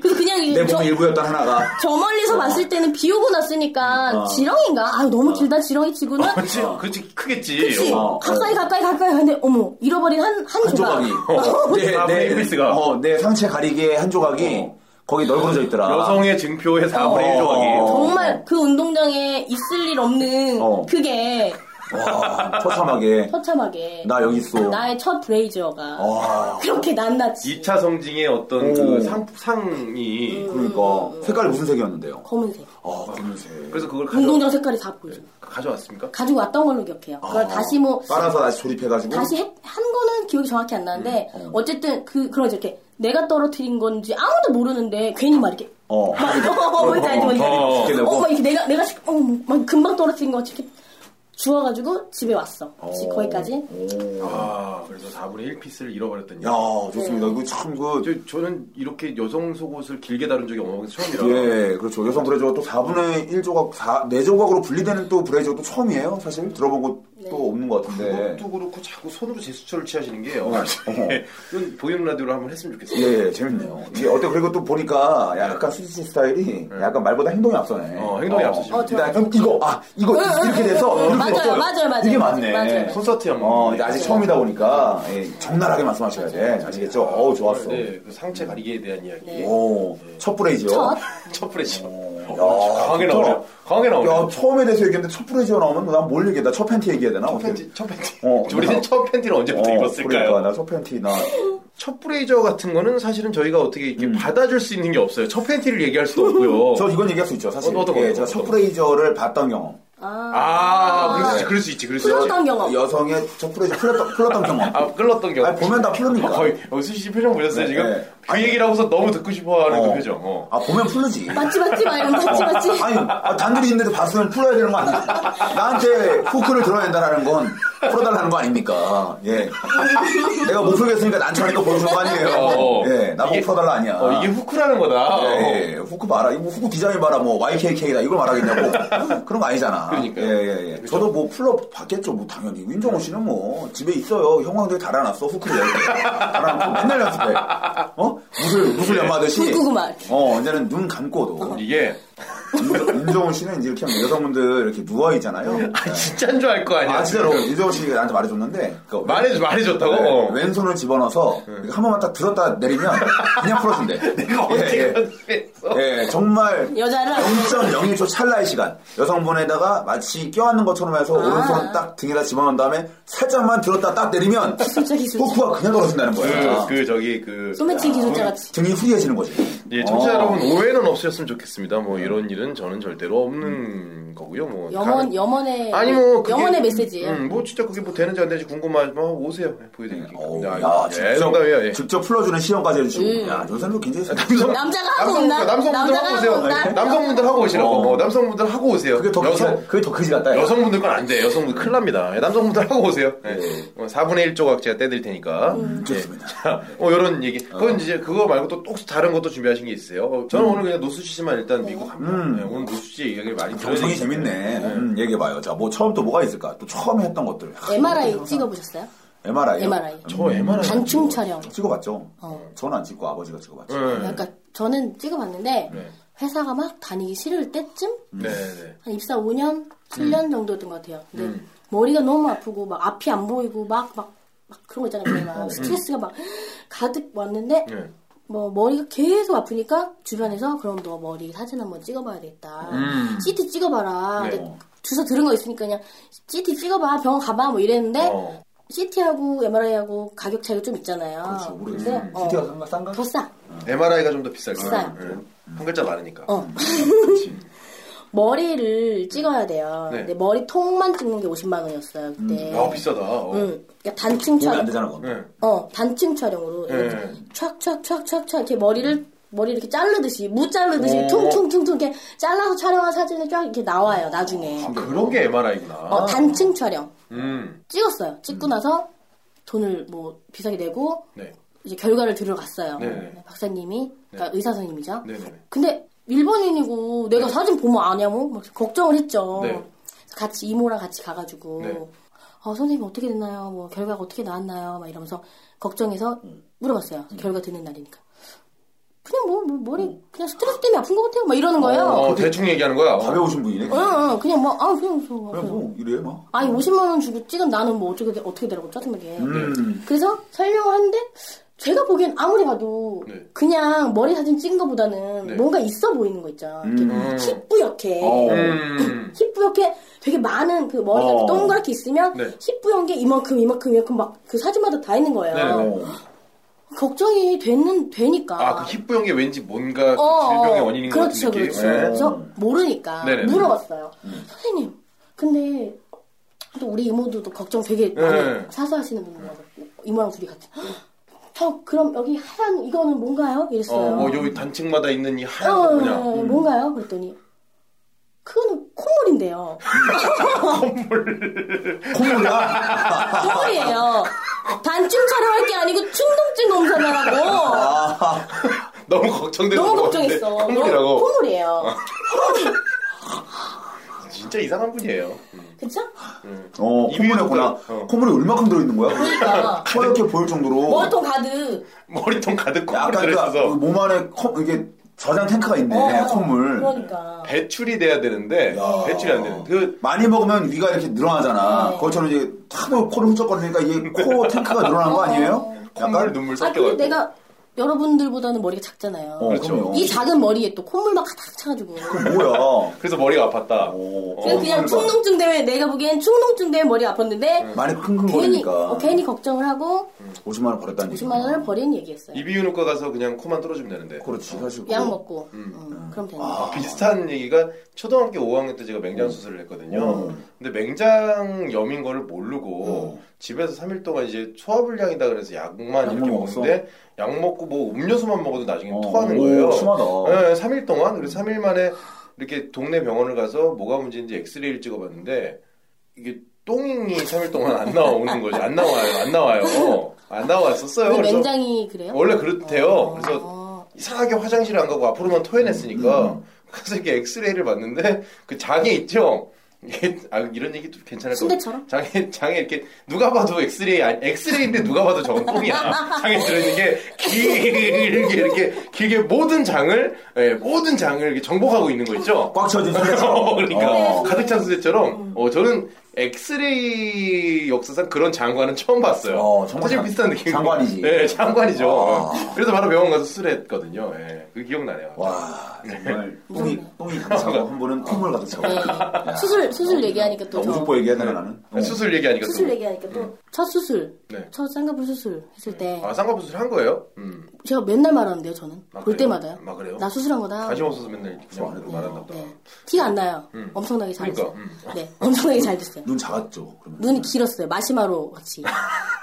그래서 그냥 이-
내몸
저,
일부였던 하나가
저 멀리서 봤을 때는 비 오고 났으니까 지렁인가? 아 너무 길다 지렁이 치고는.
그렇지, 그렇지 크겠지.
그치.
아, 어.
가까이 가까이 가까이 가는데 어머 잃어버린 한, 한
한
조각. 어.
조각이
아, 페이비스가. 어.
어, 내 상체 가리기에 한 조각이 거기 널브러져 있더라.
여성의 증표의 4분의 1 조각이.
어.
정말 그 운동장에 있을 일 없는
어.
그게
와, 처참하게
처참하게
나 여기 있어. 어.
의첫 브레이저가
와,
그렇게 낱낱이
2차 성징의 어떤
오.
그 상, 상이
그러니까 색깔이 무슨 색이었는데요?
검은색
아, 검은색.
그래서 그걸 가져,
운동장 색깔이 다 보여요.
가져왔습니까?
가지고 왔던 걸로 기억해요. 그걸 다시 뭐
아, 빨아서 다시 조립해가지고
다시 했- 한 거는 기억이 정확히 안
네.
나는데 어. 쨌든그 그런 이렇게 내가 떨어뜨린 건지 아무도 모르는데 괜히 막 이렇게
어,
어, 뭔지 알지 뭔지 알지.
어,
쉽게 내고.
어, 막 이렇게 내가 내가 식- 어, 막 금방 떨어뜨린 거 이렇게 주워가지고 집에 왔어. 지- 거기까지. 네.
아, 그래서 4분의 1 피스를 잃어버렸더니.
음. 야, 좋습니다.
네.
이거 참 그,
저, 저는 이렇게 여성 속옷을 길게 다룬 적이 없는 게 처음이라.
예, 그렇죠. 여성 브레저가 또 4분의 1 조각, 4, 4조각으로 분리되는 또 브레저도 처음이에요. 사실 들어보고
네.
또 없는 것 같은데. 어.
그것도 그렇고 자꾸 손으로 제스처를 취하시는 게요. 예, 이건 보이는 라디오로 한번 했으면 좋겠어요.
아, 예, 예, 재밌네요. 이게 어때 그리고 또 보니까 약간 수지 스타일이
네.
약간 말보다 행동이 앞서네.
어, 행동이 앞서죠.
어, 나 약간 이거 아 이거 이렇게 돼서
응, 응,
이렇게
맞아요,
됐어요.
맞아요, 맞아요.
이게 맞네.
맞아요.
콘서트 형.
어, 근데 아직 처음이다 보니까 예, 적나라하게 말씀하셔야 돼. 아시겠죠? 어우 좋았어.
네, 그 상체 가리기에 대한 이야기.
오, 첫 브레이지요.
첫.
첫 프레시.
야,
강하게
진짜.
나오네요. 강하게
야,
나오네요.
처음에 대해서 얘기했는데 첫 브레이지가 나오면 난 뭘 얘기해? 나첫 팬티 얘기해야 되나?
첫 팬티, 네, 첫 팬티.
어,
우리는
나-
첫 팬티를 언제부터 입었을까요?
그러니까 나첫 팬티 나.
첫 브레이저 같은 거는 사실은 저희가 어떻게 이렇게 받아줄 수 있는 게 없어요. 첫 팬티를 얘기할 수도 없고요.
음. 저 이건 얘기할 수 있죠. 사실.
어떤 뭐, 거,
예,
어떤
제가
거,
첫
어떤
브레이저를 봤던 경험.
아, 그럴 수 있지, 그럴 수 있지, 그럴 수 있지.
풀었던 경험.
여성의 첫 브레이저 풀렸던, 풀렸던 경험.
아, 끌렀던 경험.
아니, 보면 다 풀립니다.
거의, 어, 수지 씨 표정 보셨어요,
네,
지금?
네.
그 얘기를 하고서 너무 듣고 싶어 하는
어.
그 표정. 어.
아 보면 풀리지.
맞지 맞지 막 이런 맞지 맞지.
아니, 아, 단둘이 있는데 봤으면 풀어야 되는 거 아니야? 나한테 후크를 들어야 된다는 건 풀어달라는 거 아닙니까? 예. 내가 못 풀겠으니까 난 차니까 보여주는 거 아니에요?
어.
예, 나보고
이게-
풀어달라 아니야.
어, 이게 후크라는 거다. 어.
예, 예. 후크 봐라. 이거 후크 디자인 봐라. 뭐, YKK다. 이걸 말하겠냐고. 그런 거 아니잖아.
그러니까요.
예, 예, 예. 저도 뭐, 풀러 봤겠죠. 뭐, 당연히. 윤정호 씨는 뭐, 집에 있어요. 형광등에 달아놨어. 후크를. 이렇게. 달아놓고 맨날 연습해. 어? 무술, 무술 연마하듯이.
불 끄고 말.
어, 이제는 눈 감고도.
어. 이게,
윤- 윤정훈 씨는 이제 이렇게 하면 여성분들 이렇게 누워 있잖아요. 네.
아, 진짜인 줄 알 거 아니야. 네.
아 진짜로 윤정훈 씨가 나한테 말해줬는데 그
말해, 말해줬다고?
네,
어. 네.
왼손을 집어넣어서 이렇게 한 번만 딱 들었다 내리면 그냥 풀어준대.
내가
예,
어떻게
예.
연습했어?
예, 정말
여자를
음. 0.01초 찰나의 시간 여성분에다가 마치 껴안는 것처럼 해서 오른손 딱 등에다 집어넣은 다음에 살짝만 들었다 딱 내리면
기술자, 기술자.
포크가 그냥 떨어진다는 거야.
그, 그, 저기, 그.
소매치기
아,
기술자 같이.
등이 후리해지는 거지.
예, 청취자
어.
아.
여러분 오해는 없으셨으면 좋겠습니다. 뭐 이런 일은 저는 절대로 없는 거고요. 뭐
염원
가-
염원의
아니 뭐 그게-
염원의 메시지예요.
음, 뭐 진짜 그게 뭐 되는지 안 되는지 궁금하지만 오세요. 예, 보여드릴게요.
어,
오,
네,
어, 야,
예,
직접,
농담이에요. 예.
직접 풀어주는 시험까지 해주시고. 야, 요새는 굉장히 예.
남성-
그 남자가 하고
남성분들,
온다.
남성분들
남자가
하고 오세요.
하고 온다.
네, 남성분들 하고 오시라고.
어.
어, 남성분들 하고 오세요.
그게 더
여성 네,
크지, 그게 더 크지 같다. 야.
여성분들 건 안 돼. 여성분 큰일 납니다. 예, 남성분들 하고 오세요. 예.
네.
어, 4분의 1 조각 제가 떼드릴 테니까.
음.
예.
좋습니다.
자, 어, 이런 얘기. 그건 이제 그거 말고 또, 또 다른 것도 준비하신 게 있어요. 어, 저는 오늘 그냥 노수 씨만
음.
일단 미국 갑니다. 네, 오늘 노수 씨 이야기를 많이
정성이
들어야
재밌네. 음, 얘기해봐요. 자, 뭐 처음 또 뭐가 있을까? 또 처음에 했던 것들. 하,
MRI 찍어보셨어요?
네. MRI. 음.
MRI. 음.
저 애만 하는
단충 촬영.
찍어봤죠?
어.
저는 안 찍고 아버지가 찍어봤죠.
네.
그러니까 저는 찍어봤는데
네.
회사가 막 다니기 싫을 때쯤
음.
네, 네.
한 입사 5년 7년 정도였던 것 같아요. 근데
음.
머리가 너무 아프고 막 앞이 안 보이고 막 막 막 그런 거 있잖아요. 그냥
음.
막 스트레스가 막 가득 왔는데
네.
뭐 머리가 계속 아프니까 주변에서 그럼 너 머리 사진 한번 찍어봐야겠다.
음.
CT 찍어봐라.
네.
근데 주소 들은 거 있으니까 그냥 CT 찍어봐 병원 가봐 뭐 이랬는데
어.
CT하고 MRI하고 가격 차이가 좀 있잖아요.
그렇죠. 모르겠어요.
근데, 어,
CT가 싼가? 싼가?
더 싸.
MRI가 좀 더 비쌀 거예요.
비싸요.
네. 한 글자 많으니까.
어. 머리를 찍어야 돼요.
네.
근데 머리 통만 찍는 게 50만 원이었어요 그때.
아, 비싸다. 어.
응. 그러니까 단층
보면 안
촬영.
되잖아, 그건.
네.
어, 단층 촬영으로
네.
이렇게 촥촥촥촥촥 이렇게 머리를 머리 이렇게 자르듯이 무 자르듯이
오.
퉁퉁퉁퉁 이렇게 잘라서 촬영한 사진이 쫙 이렇게 나와요 나중에.
아, 그런 게 MRI구나.
어, 단층 촬영
음.
찍었어요. 찍고 나서 돈을 뭐 비싸게 내고
네.
이제 결과를 들어갔어요.
네네.
박사님이, 그러니까 의사 선생님이죠.
네네네.
근데 일본인이고 내가 사진 보면 아냐고 막 걱정을 뭐? 했죠.
네.
같이 이모랑 같이 가가지고
네.
어, 선생님 어떻게 됐나요? 뭐 결과가 어떻게 나왔나요? 막 이러면서 걱정해서 물어봤어요. 결과 듣는 날이니까. 그냥 뭐, 뭐 머리 그냥 스트레스 때문에 아픈 것 같아요. 막 이러는 거예요.
어, 대충 얘기하는 거야. 어.
가벼우신 분이네.
응,
그냥
응, 그냥 뭐, 아, 그냥 저,
뭐 이래 막.
아니 50만 원 주고 찍은 나는 뭐 어떻게 되- 어떻게 되라고
네.
짜증나게.
음.
그래서 설명을 하는데 제가 보기엔 아무리 봐도
네.
그냥 머리 사진 찍은 것보다는
네.
뭔가 있어 보이는 거 있죠. 이렇게
음.
희뿌옇게.
어.
음.
희뿌옇게 되게 많은 그 머리가
어.
동그랗게 있으면
네.
희뿌연 게 이만큼 이만큼 이만큼 막 그 사진마다 다 있는 거예요.
네네.
어.
걱정이 되는 되니까.
아, 그 희뿌연 게 왠지 뭔가 그
어,
질병의
어.
원인인 것
그렇죠,
같은 느낌.
그렇죠.
예.
그래서 모르니까
네네. 음.
물어봤어요. 선생님, 근데 또 우리 이모도 또 걱정 되게 많이
네.
사수하시는 분인 것 같아요. 이모랑 둘이 같이. 저 그럼 여기 하얀 이거는 뭔가요?
어,
이랬어요.
뭐 여기 단층마다 있는 이 하얀
어,
거 뭐냐. 음.
네, 뭔가요? 그랬더니 그거는 콧물인데요.
콧물이야?
콧물이에요. 반쯤 촬영할 게 아니고 충동증 검사를 하라고.
아, 너무 걱정돼서
너무
먹었는데
걱정했어.
콧물이라고.
콧물이에요.
진짜 이상한 분이에요. 음.
그쵸?
어, 콧물이었구나.
어.
콧물이 얼마큼 들어있는 거야?
그러니까.
허옇게 보일 정도로.
머리통 가득.
머리통 가득 콧물
약간
그러니까
그,
들어있어서
몸 안에 콧, 이게 저장 탱크가 있네,
어,
콧물.
그러니까.
배출이 돼야 되는데
야.
배출이 안 되는. 그
많이 먹으면 위가 이렇게 늘어나잖아.
네.
그것처럼 이제 하도 코를 훌쩍거리니까 이게 코 탱크가 늘어난 거 아니에요?
콧물
약간
눈물
아, 근데
섞여가지고.
내가 여러분들보다는 머리가 작잖아요.
어,
그렇죠.
그럼요.
이 작은 머리에 또 콧물 막 가득 차가지고.
뭐야?
그래서 머리가 아팠다. 어.
오.
그냥, 그냥 충동증 때문에 내가 보기엔 충동증 때문에 머리 아팠는데
네,
많이
괜히
킁킁거리니까.
어, 괜히 걱정을 하고
그러니까.
50만 원 벌었다는 얘기.
50만 원을 버리는 얘기했어요.
이비인후과 가서 그냥 코만 뚫어주면 되는데.
그렇지, 사실.
약
그거-
먹고 음, 그럼 되는 거.
아, 비슷한 얘기가 초등학교 5학년 때 제가
음.
맹장 수술을 했거든요. 근데 맹장염인 거를 모르고 집에서 3일 동안 이제 소화불량이다 그래서 약만
음. 약만
이렇게
먹었어?
먹는데 약 먹고 뭐 음료수만 먹어도 나중에
어,
토하는
오,
거예요.
심하다.
네, 3일 동안 그래서 3일 만에 이렇게 동네 병원을 가서 뭐가 문제인지 엑스레이를 찍어봤는데 이게 똥이 3일 동안 안 나오는 거지. 안 나와요. 안 나와요. 안 나왔었어요.
근데
그래서
맹장이 그래요?
원래 그렇대요. 그래서
어,
이상하게 화장실 안 가고 앞으로만
음,
토해냈으니까 그래서 이렇게 엑스레이를 봤는데 그 장에 있죠. 이게 아, 이런 얘기도 괜찮을 것 같아요.
순대처럼?
장에 장에 이렇게 누가 봐도 엑스레이 아니- 엑스레이인데 누가 봐도 저건 똥이야. 장에 들어있는 게 길게 이렇게 길게 모든 장을 예, 모든 장을 이렇게 정복하고 있는 거 있죠.
꽉 쳐진 소리죠.
어, 그러니까
네.
어.
가득 찬 수제처럼 어, 저는 엑스레이 역사상 그런 장관은 처음 봤어요.
어, 정말
사실
장-
비슷한 느낌.
장관이지.
네, 장관이죠.
아.
그래서 바로 병원 가서 수술했거든요. 예, 그 기억나네요.
와, 정말 똥이, 똥이 가득 차고 한
어.
번은 콧물 가득 차고.
네. 수술 수술 얘기하니까 또
나
저-
우주보 얘기해야 되나 나는? 어.
그러니까
그렇죠.
수술 얘기하니까
수술
또-
얘기하니까 또 첫 수술
음. 네.
첫 쌍꺼풀 수술 했을 때
아 쌍꺼풀 수술 한 거예요? 음.
제가 맨날 말하는데요 저는
아,
볼
그래요?
때마다요.
아, 그래요?
나 수술한 거다.
관심 없어서 맨날 아, 그냥 그대로 말한다 보다.
네. 티가 안 나요. 엄청나게 잘
그러니까,
됐어요. 네, 엄청나게 잘 됐어요.
눈 작았죠. 그러면.
눈이 길었어요. 마시마로 같이.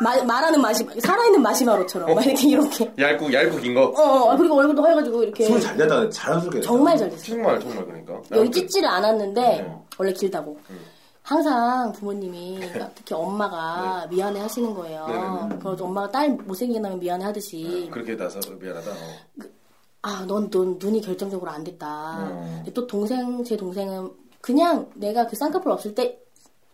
마- 말하는 마시 살아있는 마시마로처럼 막 이렇게 이렇게.
얇고 얇고 긴 거.
어, 어, 그리고 얼굴도 허여가지고 이렇게
손이 잘 되다, 자연스럽게. 됐다.
정말 잘 됐어요.
정말 정말 그러니까.
여기
아무튼.
찢지를 않았는데
네.
원래 길다고.
음.
항상 부모님이 그러니까 특히 엄마가 미안해 하시는 거예요.
네, 네,
그래서 엄마가 딸 못생기게 나면 미안해 하듯이
그렇게 나서 미안하다. 어.
아, 넌, 넌 눈이 결정적으로 안 됐다.
어.
근데 또 동생, 제 동생은 그냥 내가 그 쌍꺼풀 없을 때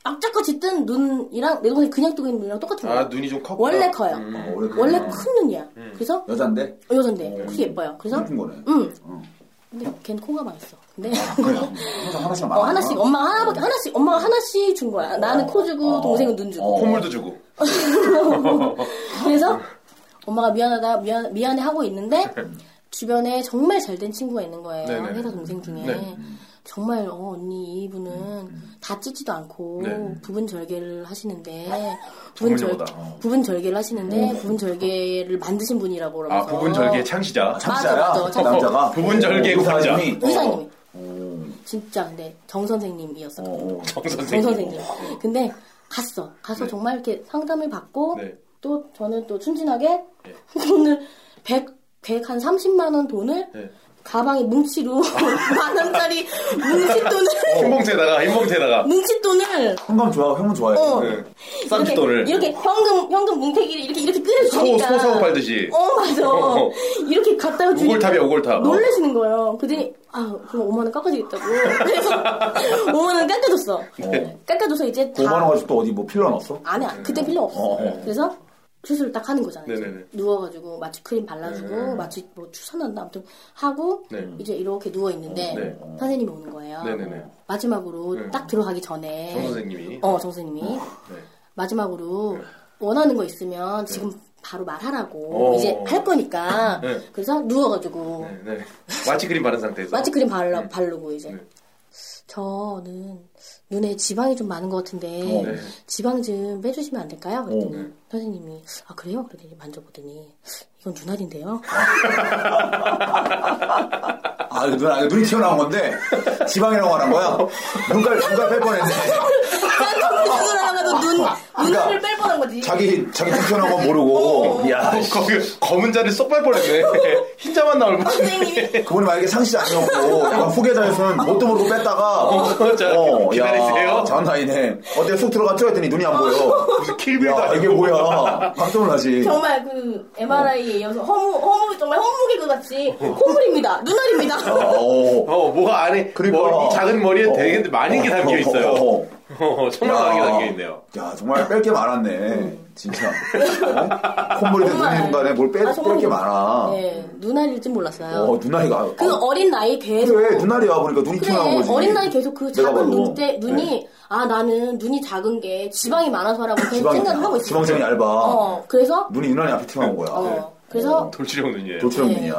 악자같이 뜬 눈이랑 내 동생 그냥 뜨고 있는 눈이랑 똑같은 거야.
아 눈이 좀 음. 커.
원래 커요. 어,
아, 원래 그-
원래 큰 눈이야. 그래서 어,
여잔데?
음.
여잔데 그게 예뻐요. 그래서
예쁜 거네.
응. 근데 걘 코가 망했어. 근데
항상 하나씩
어, 하나씩 엄마 가 하나밖에 하나씩 엄마 가 하나씩 준 거야.
어.
나는 코 주고 동생은 눈 주고.
콧물도 주고.
그래서 엄마가 미안하다 미안 미안해 하고 있는데 주변에 정말 잘 된 친구가 있는 거예요
네네.
회사 동생 중에
네. 음,
정말 어 언니 이분은 다 찢지도 않고
네.
부분 절개를 하시는데 부분 절
전문용어다. 어.
부분 절개를 하시는데 부분 절개를 만드신 분이라고
아
그러면서
부분 절개 창시자.
참자야?
맞아, 맞아.
남자가?
어, 부분 절개
의사님이-
어,
환자.
의사님이
어.
오.
진짜 근데 정 선생님이었어 요
오.
정
정
선생님.
선생님 근데 갔어 가서 정말 이렇게 상담을 받고
네.
또 저는 또 순진하게 돈을 100, 100, 한 30만 원 돈을
네.
가방에 뭉치로 만 원짜리 뭉칫돈을
흰봉투에다가 흰봉투에다가.
뭉칫돈을
현금 좋아, 현금 좋아해.
어.
네.
이렇게,
쌈짓돈을.
이렇게 현금 현금 뭉태기를 이렇게 이렇게 끓여주니까
소- 소사고 팔듯이.
어 맞아
어.
이렇게 갖다 주니까
오골탑이야, 어. 오골탑.
놀라시는 거예요 그랬더니 아 그럼 5만 원 깎아주겠다고 그래서 5만 원 깎아줬어 깎아줬어.
네.
깎아줘서 이제
5만 원
다
가지고 또 어디 뭐 필러 넣었어?
안에 안- 그때 필요 없어.
어, 어.
그래서 수술을 딱 하는 거잖아요. 이제.
네네네.
누워가지고 마취 크림 발라주고
네.
마취 뭐 추천한다 아무튼 하고
네.
이제 이렇게 누워 있는데
네.
선생님이 오는 거예요.
네네네.
마지막으로
네.
딱 들어가기 전에
정 선생님이.
어, 정 선생님이
네.
마지막으로 원하는 거 있으면 지금 바로 말하라고
어.
이제 할 거니까
네.
그래서 누워가지고
네, 네. 마취 크림 바른 상태에서.
마취 크림 발라, 바르고 이제
네.
저는 눈에 지방이 좀 많은 것 같은데
어,
네.
지방 좀 빼주시면 안 될까요? 그랬더니
네.
선생님이 아 그래요? 그랬더니 만져보더니 이건 눈알인데요.
아, 눈, 아, 눈이 튀어나온 건데 지방이라고 말한 거야? 눈깔, 눈깔 뺄 뻔했네.
눈을 하면서 눈
그러니까
눈알을 뺄 뻔한 거지.
자기, 자기 튀 튀어나온 건 모르고.
어.
야
거기 검은 자를 쏙 밟버렸네. 흰자만 나올 뻔.
선생님이
그분이 만약에 상시 아니었고, 약간 후계자였으면 뭣도 모르고 뺐다가.
어, 자, 기다리세요.
장난이네. 어때, 쑥 들어갔죠? 했더니 눈이 안 보여.
무슨 킬빌도
야, 이게
아니고.
뭐야. 깜짝 놀라지.
정말 그 MRI에 이어서 허무 허무 정말 허무게 그 같이 허물입니다. 눈알입니다.
어.
어, 뭐가 안에
그러니까.
머리, 이 작은 머리에
어.
되게 많은 게
어,
담겨 있어요.
어, 어,
어, 정말 많은 게 담겨 있네요.
야, 정말 뺄 게 많았네. 진짜. 어? 콧물이
음. 정말.
되는 순간에 뭘 뺄,
아, 정말.
뺄게 많아.
네 눈알일지 몰랐어요.
어, 눈알이가.
그
아,
어린 나이 계속
그래, 눈알이야. 보니까 눈이
그래
튀어나온 거지.
어린 나이 계속 그
내가
작은
봐도. 네.
눈대 눈이 아 나는 눈이 작은 게 지방이 많아서라고 계속
지방이,
생각을 하고 있어.
지방층이 얇아.
어 그래서
눈이 유난히 앞에 튀어나온 거야.
어 그래서
돌출형 눈이에요.
돌출형
네.
눈이야.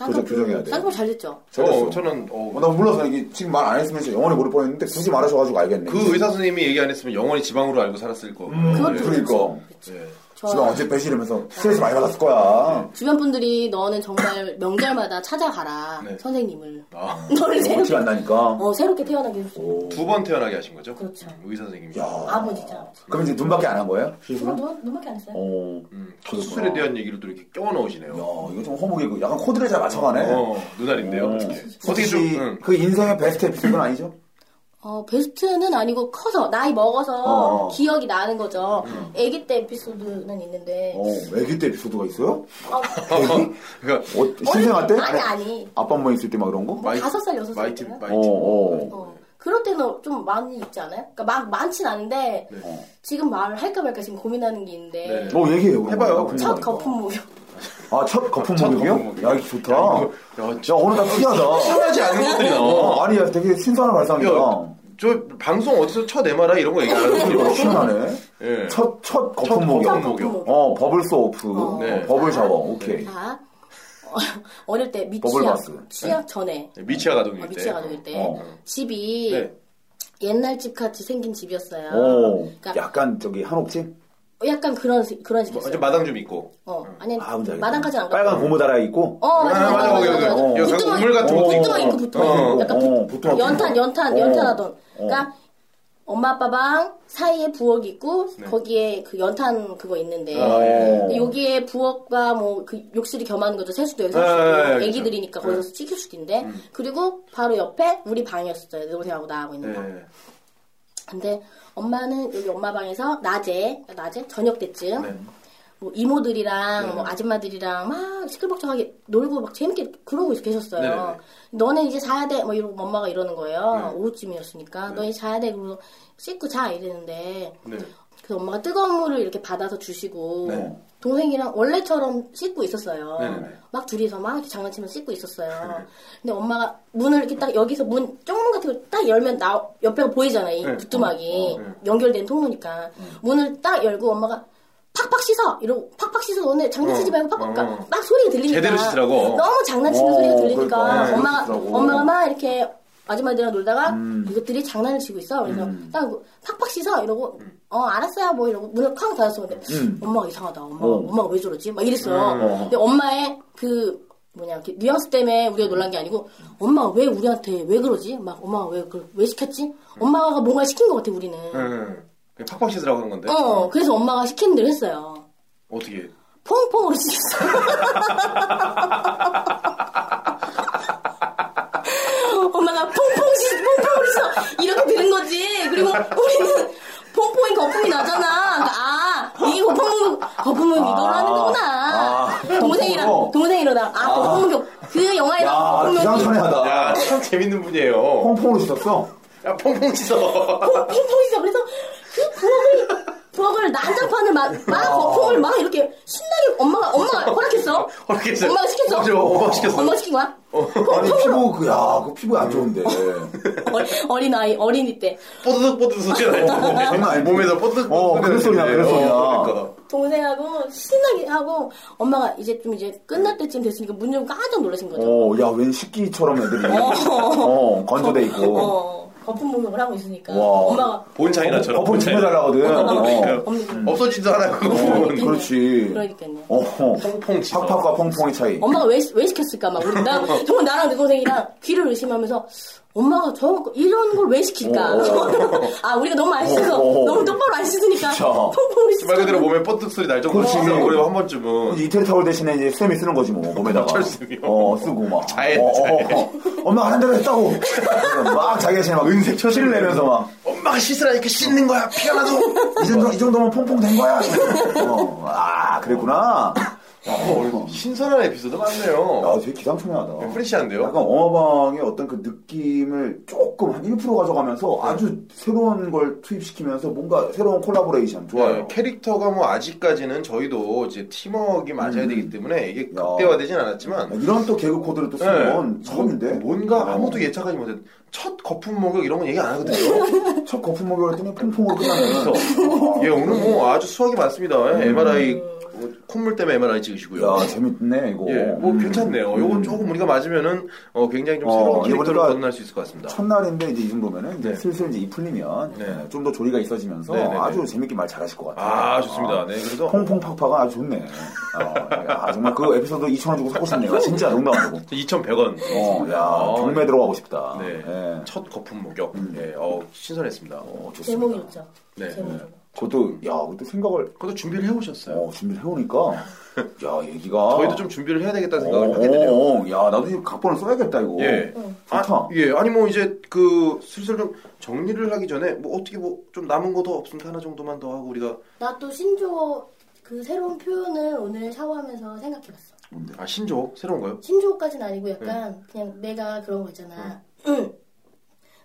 음, 교정,
쌍꺼풀
교정해야 돼.
쌍꺼풀 잘 됐죠.
잘했어.
어, 저는 어,
어, 나 몰라서 이게 지금 말 안 했으면 진짜 영원히 모를 뻔했는데 굳이 말하셔가지고 알겠네.
그 의사 선생님이 얘기 안 했으면 영원히 지방으로 알고 살았을 거.
음, 그것도 그렇죠.
네.
그러니까.
네.
저
지방 언제 배시이면서 스트레스 많이 받았을 거야.
주변 분들이 너는 정말 명절마다 찾아가라
네.
선생님을
아,
너를
어,
새롭게
티안 나니까.
네. 어 새롭게 태어나게 해주고
두 번 태어나게 하신 거죠?
그렇죠.
음, 의사 선생님이.
야.
아버지 자
그럼 이제 눈밖에 안 한 거예요?
그거 눈- 눈밖에 안 했어요.
어.
음, 수술에 대한 얘기를 또 이렇게 껴 넣으시네요.
야, 이거 좀 허무기고 약간 코드를 잘 맞춰가네.
어, 눈알인데요.
어.
어떻게 어떻게 좀 음.
혹시
응.
그 인생의 베스트 에피소드는 아니죠?
어 베스트는 아니고 커서 나이 먹어서
어. 음.
기억이 나는 거죠. 아기 때 에피소드는 있는데
어, 애기 때 에피소드가 있어요?
어,
그러니까
어, 신생아 때?
아니 아니
아빠 엄마 있을 때 막 이런 거?
뭐 다섯 살, 여섯 살
마이티
때나?
마이티.
어, 어.
어, 그럴 때는 좀 많이 있지 않아요? 그러니까 막 많진 않은데
네.
지금 말을 할까 말까 지금 고민하는 게 있는데
네.
뭐 얘기해요. 그럼.
해봐요. 어,
나
첫
궁금하니까.
거품 모형
아, 첫 거품
첫
목욕이요?
거품
야,
목욕.
이거 좋다.
야,
야,
이거- 야, 진짜
오늘 다 특이하다.
편하지 않은 것들이
어,
나와.
아니, 야, 되게 신선한 발상이다.
야, 저 방송 어디서 쳐 내마라 이런 거 얘기 안
이거
하거든요.
시원하네.
예.
첫, 첫
첫
거품 목욕.
거품 목욕.
어, 버블 소프.
어.
네.
어, 버블 샤워. 오케이.
자 어, 어릴 때
버블바스.
미취학 취학 전에
미취학 아동일
어,
때.
미취학 아동일 때
어.
집이
네.
옛날 집 같이 생긴 집이었어요.
오,
그러니까
약간 저기 한옥집?
약간 그런 시- 그런
뭐,
식이었어요.
완전 마당 좀 있고.
어 아니
아, 뭔지 알겠다.
마당까지 안 가.
빨간 고무 달아 있고.
어
아,
맞아
맞아,
맞아
거기,
맞아
거기.
맞아.
여기
부뚜막
우물
있고,
같은 것도
부뚜막
있고.
있고 부뚜막 있고.
어,
약간
어,
부-
부뚜막
연탄
있고.
연탄
어.
연탄하던.
어.
그러니까 엄마 아빠 방 사이에 부엌 있고 거기에 그 연탄 그거 있는데
네. 아, 예.
근데 여기에 부엌과 뭐 그 욕실이 겸하는 거죠 세수도 여기
아, 예, 음. 예,
세수도
그렇죠.
애기들이니까 거기서 찍힐 수도 있는데 그리고 바로 옆에 우리 방이었어요 내 동생하고 나하고 있는 방.
네.
근데 엄마는 여기 엄마 방에서 낮에 낮에 저녁 때쯤
네.
뭐 이모들이랑 뭐 아줌마들이랑 막 시끌벅적하게 놀고 막 재밌게 그러고 계셨어요.
네네네. 네.
너네 이제 자야 돼. 뭐 이러고 엄마가 이러는 거예요. 오후쯤이었으니까 너네 이제 자야 돼. 그러고 씻고 자 이랬는데
네.
그래서 엄마가 뜨거운 물을 이렇게 받아서 주시고
네.
동생이랑 원래처럼 씻고 있었어요.
네네네. 네.
막 둘이서 막 이렇게 장난치면서 씻고 있었어요. 근데 엄마가 문을 이렇게 딱 여기서 문 쪽문 같은 걸 딱 열면 나 옆에가 보이잖아요. 이
네.
부뚜막이
어, 어, 네. 음.
연결된 통로니까 문을 딱 열고 엄마가 팍팍 씻어 이러고 팍팍 씻어 너네 장난치지
어,
말고 팍팍 까
어.
막 소리가 들리니까
제대로 씻으라고.
너무 장난치는
어,
소리가 들리니까
그러니까. 네,
엄마가
씻으라고.
엄마가 막 아, 이렇게 아줌마들이랑 놀다가 이것들이 장난을 치고 있어. 그래서 딱 이거 팍팍 씻어 이러고 어 알았어요 뭐 이러고 문을 쾅 닫았어. 근데 엄마가 이상하다. 엄마
어.
엄마가 왜 저러지? 막 이랬어요. 근데 엄마의 그 뭐냐 이렇게 뉘앙스 때문에 우리가 놀란 게 아니고 엄마가 왜 우리한테 왜 그러지? 막 엄마가 왜 그 왜 시켰지? 엄마가 뭔가 시킨 것 같아 우리는.
네. 그냥 팍팍 씻으라고 한 건데.
어 그래서 엄마가 시킨 대로 했어요.
어떻게?
퐁퐁으로 씻었어. 엄마가 퐁퐁 씻, 퐁퐁으로 씻어. 이렇게 되는 거지. 그리고 우리는 퐁퐁이 거품이 나잖아. 그러니까 아, 이게 거품은, 거품은 이걸로
아,
하는 거구나.
아, 퐁퐁으로.
동생이랑, 동생이랑, 아, 거품은 그 영화에 나온
야,
거품은.
기상천외하다.
야, 참 재밌는 분이에요.
펑펑으로 씻었어?
야, 퐁퐁 씻어.
핑퐁이죠. 그래서 그 부엌을 부엌을 난장판을 막, 막 거품을 막 이렇게 신나게 엄마가 엄마가 허락했어.
허락했어.
엄마가 시켰어.
맞아, 엄마가 시켰어.
엄마가 시킨 거야.
아니 피부 그야 그 피부 안 좋은데.
어린 아이 어린이 때
뽀드득 뽀드득 소리
어, 장난
나.
아니지.
몸에서 뽀드득
어,
뽀드득
그런 소리야,
나는데.
그런 소리야.
어, 그러니까.
동생하고 신나게 하고 엄마가 이제 좀 이제 끝날 때쯤 됐으니까 문 열고 깜짝 놀라신 거죠.
어야웬 식기처럼 애들이
어.
어 건조돼 있고.
어, 거품 목욕을 하고 있으니까
와.
엄마가
본 차이나처럼.
거품 집어달라거든. 어.
그러니까 없어지지도 않아 그거.
그렇지.
그러니까요.
어.
퐁퐁 씻어.
팍팍과 펑펑의 차이.
엄마가 왜, 왜 시켰을까 막 우리 나 정말 나랑 내 동생이랑 귀를 의심하면서 엄마가 저 이런 걸 왜
어,
시킬까? 아 우리가 너무 안 씻어서
어, 어.
너무 똑바로 안 씻으니까
진짜.
퐁퐁
말
씻어.
그대로 몸에 뽀득 소리 날 정도로
그렇지.
씻어. 그리고 한 번쯤은.
이태리 타월 대신에 이제 쌤이 쓰는 거지 뭐 몸에다가
철수미요.
어 쓰고 막
자해,
어, 어,
자해.
어. 엄마가 한 대로 했다고 막 자기 자신에 막 은색 처지를 내면서 막
엄마가 씻으라니까 씻는 거야. 피가 나도.
이 정도 이 정도면 퐁퐁 된 거야 어, 아 그랬구나
어, 신선한 에피소드 많네요.
야 되게 기상천외하다
프레시한데요?
약간 어마방의 어떤 그 느낌을 조금 한 1%
네.
가져가면서 아주 새로운 걸 투입시키면서 뭔가 새로운 콜라보레이션 좋아요
네, 캐릭터가 뭐 아직까지는 저희도 이제 팀워크가
음.
맞아야 되기 때문에 이게
야.
극대화되진 않았지만
이런 또 개그 코드를 또 쓰는
네.
건 처음인데
뭔가
어.
아무도 예측하지 못했. 첫 거품 목욕 이런 건 얘기 안 하거든요.
첫 거품 먹이로 했더니 퐁퐁으로 끝나면서
예, 오늘 뭐 아주 수학이 많습니다. 예, MRI 어, 콧물 때문에 MRI 찍으시고요.
음. 야 재밌네 이거
예, 뭐
음.
괜찮네요. 요건 조금 우리가 맞으면은 어, 굉장히 좀
어,
새로운
이번에가
캐릭터로 거듭날 수 있을 것 같습니다.
첫날인데 이제 이 정도면은 이제
네.
슬슬 이제 이 풀리면
네.
좀 더 조리가 있어지면서
네, 네, 네.
아주 재밌게 말 잘하실 것 같아요.
아, 좋습니다. 네, 그래서
퐁퐁팍파가 아주 좋네. 어, 야, 정말 그 에피소드 2천 원 주고 사고 싶네요. 진짜 농담 아니고.
2,100원.
어, 야,
아,
경매 들어가고 싶다.
네.
예. 음.
첫 거품 목욕. 예, 어, 신선했습니다.
어, 좋습니다.
제목이 있죠.
네.
제목이.
그것도 야, 그것도 생각을
그것도 준비를 해오셨어요.
어, 준비를 해오니까 야, 얘기가
저희도 좀 준비를 해야 되겠다는
어,
생각을 하게 되네요.
어, 야, 나도 이 각본을 써야겠다 이거.
예.
좋다.
아, 예, 아니 뭐 이제 그 슬슬 좀 정리를 하기 전에 뭐 어떻게 뭐 좀 남은 거 더 없으니까 하나 정도만 더 하고 우리가
나 또 신조어 그 새로운 표현을 오늘 샤워하면서 생각해봤어.
음.
아 신조 새로운 거요?
신조어까지는
네.
아니고 약간 그냥 내가 그런 거 있잖아. 응.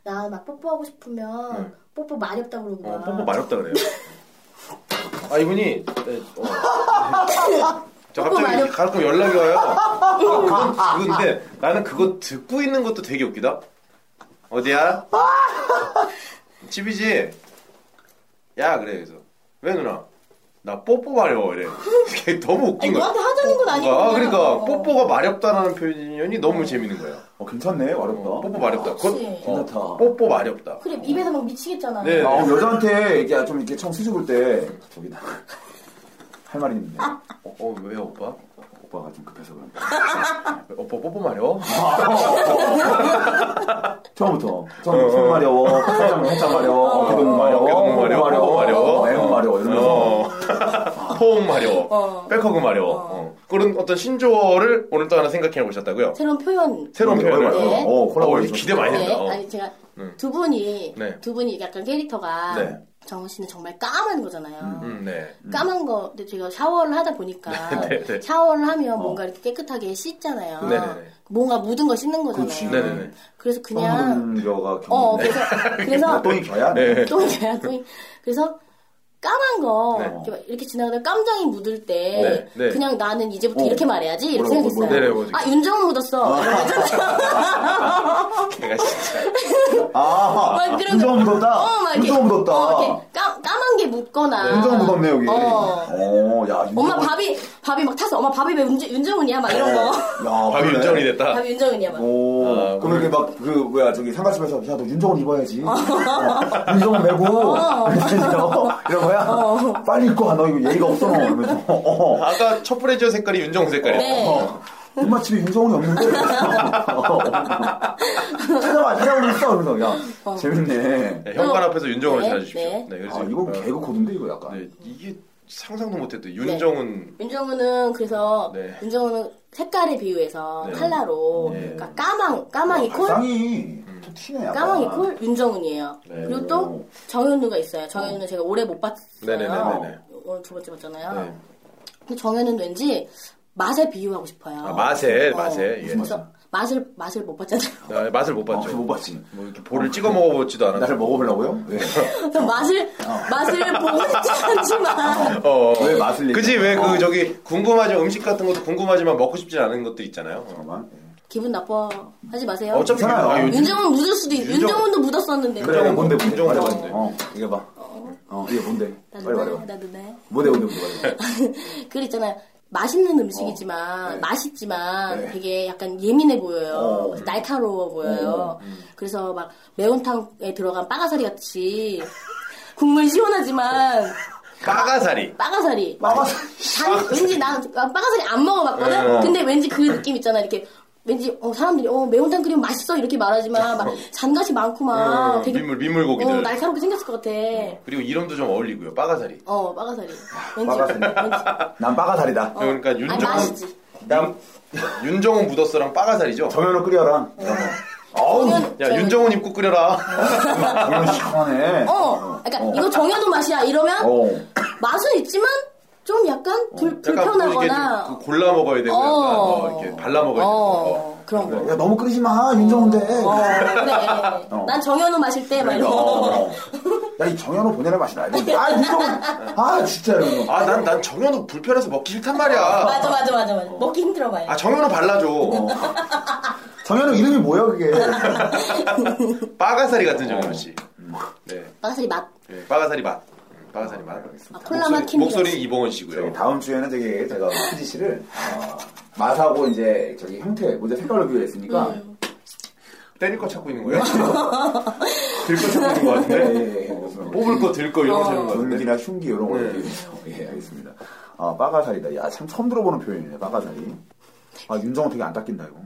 나 막 뽀뽀하고 싶으면
응.
뽀뽀 마렵다 그러고
네. 어,
막.
뽀뽀 마렵다 그래요. 아 이분이 네, 어. 저
뽀뽀
갑자기
마렵-
가끔 연락이 와요. 아, 그건 그건데 나는 그거 듣고 있는 것도 되게 웃기다. 어디야? 집이지. 야 그래 그래서 왜 누나? 나 뽀뽀 마려워 이래. 이게 너무 웃긴
아니,
거야.
너한테 하자는 건 아니고
아
그냥.
그러니까
어.
뽀뽀가 마렵다라는 표현이 너무 재밌는 거야.
어, 괜찮네. 어렵다.
어, 뽀뽀 마렵다.
그렇지.
어,
괜찮다.
뽀뽀 마렵다.
그래 입에서 막 미치겠잖아.
네.
아, 어, 여자한테 이렇게 좀 이렇게 처음 수줍을 때 저기다 할 말이 있는데
어, 어, 왜 오빠?
오빠가 좀 급해서 그런 거.
오빠 뽀뽀 마려워?
처음부터 처음 손 마려워, 살짝 살짝 마려워, 어깨 너무 마려워,
어, 어깨 너무 마려워,
목
목 마려워.
어, 애무 마려워 이러면서
어. 포옹 마려워.
어.
백허그 마려워. 어. 그런 어떤 신조어를 오늘 또 하나 생각해 보셨다고요?
새로운 표현.
새로운
네.
표현을.
네.
어, 콜라보
어, 기대 많이
네.
된다. 어.
아니 제가 두 분이
네.
두 분이 약간 캐릭터가
네.
정우 씨는 정말 까만 거잖아요.
음, 네.
까만 거 근데 제가 샤워를 하다 보니까
네, 네.
샤워를 하면 뭔가 이렇게 깨끗하게 씻잖아요.
네, 네, 네.
뭔가 묻은 거 씻는 거잖아요.
네, 네, 네.
그래서 그냥
성문교가 경
어 그래서 그래서
똥이 켜야
네.
똥이야, 똥이. 그래서 까만 거
네.
이렇게, 막 이렇게 지나가다 깜장이 묻을 때
네, 네.
그냥 나는 이제부터
어.
이렇게 말해야지 이렇게
뭐라고,
생각했어요.
뭐라고, 뭐라고.
아 윤정은 묻었어.
걔가 진짜.
아,
막 그런
윤정
어, 막
묻었다.
이렇게,
윤정
어,
묻었다.
이렇게 까, 까만 게 묻거나.
윤정 묻었네 여기.
어.
어, 야 윤정.
엄마 밥이 밥이 막 타서 엄마 밥이 왜 윤정, 윤정은이야 막 이런 거.
야,
밥이
아, 그러네. 어.
윤정이 됐다.
밥이 윤정은이야 막.
오,
아,
그럼 이렇게 막, 그, 뭐야, 저기 상가집에서, 야, 너 윤정은 입어야지. 어, 윤정은 메고,
어.
이러면서 이런 거야. 빨리 입고 와, 너 이거 예의가 없어, 너. 이러면서. 어, 어.
아까 첫 브레지어 색깔이 윤정 색깔이야.
네.
엄마 집에 윤정은이 어, 없는데. 어. 찾아봐, 찾아보고 있어. 이러면서, 야, 재밌네.
네, 현관
어.
앞에서 윤정을
네,
찾아주십시오.
네.
그래서
아, 이거
어,
개그 코드인데, 이거 약간.
네, 이게 상상도 못했대. 윤정은
윤정은은 그래서
네.
윤정은은 색깔에 비유해서
네.
컬러로
네.
그러니까 까망 까망이 콜
어, 쌍이,
음.
또 티네, 약간.
까망이 콜 윤정은이에요.
네.
그리고 또 정현우가 있어요. 정현우는 제가 오래 못 봤어요.
네네네네네.
어, 두 번째 봤잖아요.
네.
근데 정현우는 왠지 맛에 비유하고 싶어요.
아, 맛에
어,
맛에. 예.
그래서 맛을 맛을 못 봤잖아요.
나 맛을 못
어,
봤죠.
못 봤지.
뭐 이렇게 볼을 찍어 네. 먹어보지도 않았고.
나를 먹어보려고요? 네. 왜?
그래서 맛을 맛을 보고 싶지 않지만
어, 어.
왜 맛을
그지 왜
얘기해?
그
어.
저기 궁금하지만 음식 같은 것도 궁금하지만 먹고 싶지 않은 것도 있잖아요. 어.
잠깐만.
기분 나빠하지 마세요.
어차피
괜찮아요.
아, 요즘
윤정은 묻을 수도 있.
윤정-
윤정은도 묻었었는데.
그래.
그래, 뭔데, 뭔데?
인정하자,
말해봐.
뭔데?
어, 이거 봐. 어, 이게 뭔데?
나
빨리 말해봐.
네, 누나, 나 누나.
뭔데, 뭔데, 뭔데? 말해봐.
그 있잖아요. 맛있는
어.
음식이지만
네.
맛있지만
네.
되게 약간 예민해 보여요.
어.
날카로워 보여요.
음,
그래서 막 매운탕에 들어간 빠가사리 같이 국물 시원하지만
빠가사리.
빠가사리.
빠가사-
단- 왠지 나 빠가사리 안 먹어봤거든.
네.
근데 왠지 그 느낌 있잖아. 이렇게 왠지 어, 사람들이 어, 매운탕 끓이면 맛있어 이렇게 말하지만 막
네.
잔가시 많고 막
음,
되게
민물 민물고기들. 네.
어, 날카롭게 생겼을 것 같아.
그리고 이름도 좀 어울리고요. 빠가사리.
어 빠가사리. 왠지
빠가사리.
왠지.
난 빠가살이다.
어.
그러니까
아니,
윤정은
맛있지.
남- 윤정은 묻었어랑 빠가사리죠.
정현우 끓여라.
어.
어우,
정연-
야
정연-
윤정은 입고 끓여라.
정현우 시원하네.
어, 그러니까
어.
이거 정해도 맛이야 이러면
어.
맛은 있지만 좀 약간
약간 뭐
불,
이게
불편하거나
좀그 골라 먹어야 되고 약간 어, 이렇게 발라 먹어야 되고. 어. 어.
어, 그런 거.
야, 너무 끓이지 마, 윤정은데.
어, 그래. 난 정현우 마실 때 말이야.
어. 야, 이 정현우 보내는 맛이 나야 되는데. 아, 윤정은. 아, 진짜, 이거.
아, 난, 난 정현우 불편해서 먹기 싫단 말이야.
맞아 맞아 맞아 맞아. 먹기 힘들어 봐요.
아, 정현우 발라줘.
정현우 이름이 뭐야, 그게?
빠가사리 같은 정현우 씨. 네.
마사리 맛.
네, 빠가사리 맛. 음, 빠가사리 맛.
아, 콜라 맛
목소리,
힘들어.
목소리는 이봉원
저기
씨고요.
다음 주에는 저기 제가 후지 씨를 어, 맛하고 이제 저기 형태, 먼저 색깔로 비교했으니까.
네. 때릴 거 찾고 있는 거예요? 들 거 찾고 있는 거 같은데?
예, 예, 그렇습니다.
뽑을 거 들 거
어.
이런 거 찾는 거 같은데?
분기나 흉기 이런 거
아. 네.
이렇게 예 알겠습니다. 아 빠가살이다. 야 참 처음 들어보는 표현이네 빠가살이. 아 윤정은 되게 안 닦인다 이거.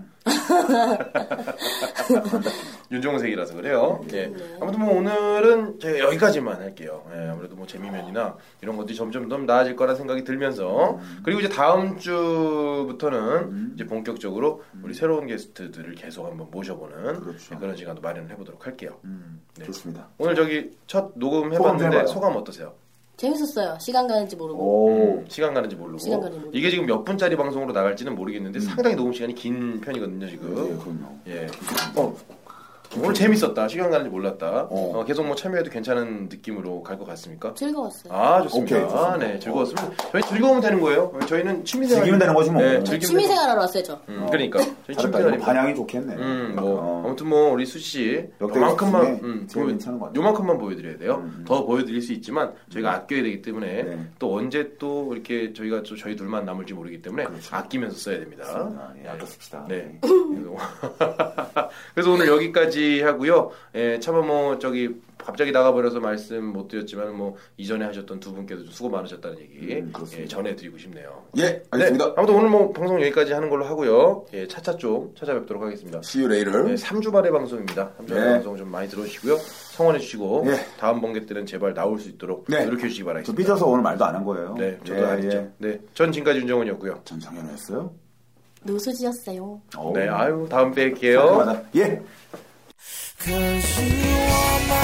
윤종색이라서 그래요. 예.
음.
아무튼 뭐 오늘은 제가 여기까지만 할게요. 예, 아무래도 뭐 재미면이나 이런 것들이 점점 더 나아질 거라 생각이 들면서 그리고 이제 다음 주부터는
음.
이제 본격적으로 우리 새로운 게스트들을 계속 한번 모셔보는
그렇죠.
예, 그런 시간도 마련해 보도록 할게요. 네.
음, 좋습니다.
오늘 저기 첫 녹음
소감 좀
해봤는데
해봐요.
소감 어떠세요?
재밌었어요. 시간 가는지
음.
모르고.
오.
시간 가는지 모르고
시간 가는지 모르고.
이게 지금 몇 분짜리 방송으로 나갈지는 모르겠는데 상당히 녹음 시간이 긴 편이거든요 지금.
예, 그럼요.
예. 어, 오늘 재밌었다. 시간 가는지 몰랐다. 어, 계속 뭐 참여해도 괜찮은 느낌으로 갈 것 같습니까?
즐거웠어요.
아 좋습니다.
네. 오케이, 좋습니다.
아, 네 즐거웠습니다. 저희 즐거우면 되는 거예요. 저희는 취미생활
즐기면 되는 거지 뭐.
네,
네,
즐기면
취미생활하러 왔어요 저.
되는- 음, 그러니까 저희
잘했다. 이거
취미생활이
반향이 좋겠네.
음뭐
어.
아무튼 뭐 우리 수씨
역대
요만큼만
수준에
음,
제일
보여-
괜찮은 것 같아요. 음,
요만큼만 보여드려야 돼요. 더 보여드릴 수 있지만 저희가 아껴야 되기 때문에
네.
또 언제 또 이렇게 저희가 또 저희 둘만 남을지 모르기 때문에 아끼면서 써야 됩니다.
아, 그렇죠. 예,
네.
아깝습시다.
네. 그래서- 그래서 오늘 여기까지 하고요. 예, 차마 뭐 저기 갑자기 나가버려서 말씀 못 드렸지만 뭐 이전에 하셨던 두 분께도 좀 수고 많으셨다는 얘기
음, 그렇습니다.
예, 전해드리고 싶네요.
예, 알겠습니다.
네, 아무튼 오늘 뭐 방송 여기까지 하는 걸로 하고요. 예, 차차 좀 찾아뵙도록 하겠습니다.
See you later.
네, 3주 만의 방송입니다. 3주 만의
네.
방송 좀 많이 들어주시고요. 성원해 주시고
예.
다음 번개 때는 제발 나올 수 있도록
네.
노력해 주시기
저
바라겠습니다.
삐져서 오늘 말도 안 한 거예요.
네, 저도
예,
아니죠.
예.
네, 전 지금까지 윤정원이었고요.
전 정현우였어요.
노수지였어요.
어우.
네, 아유 다음 에 뵐게요.
맞아. 예.
Cause you are my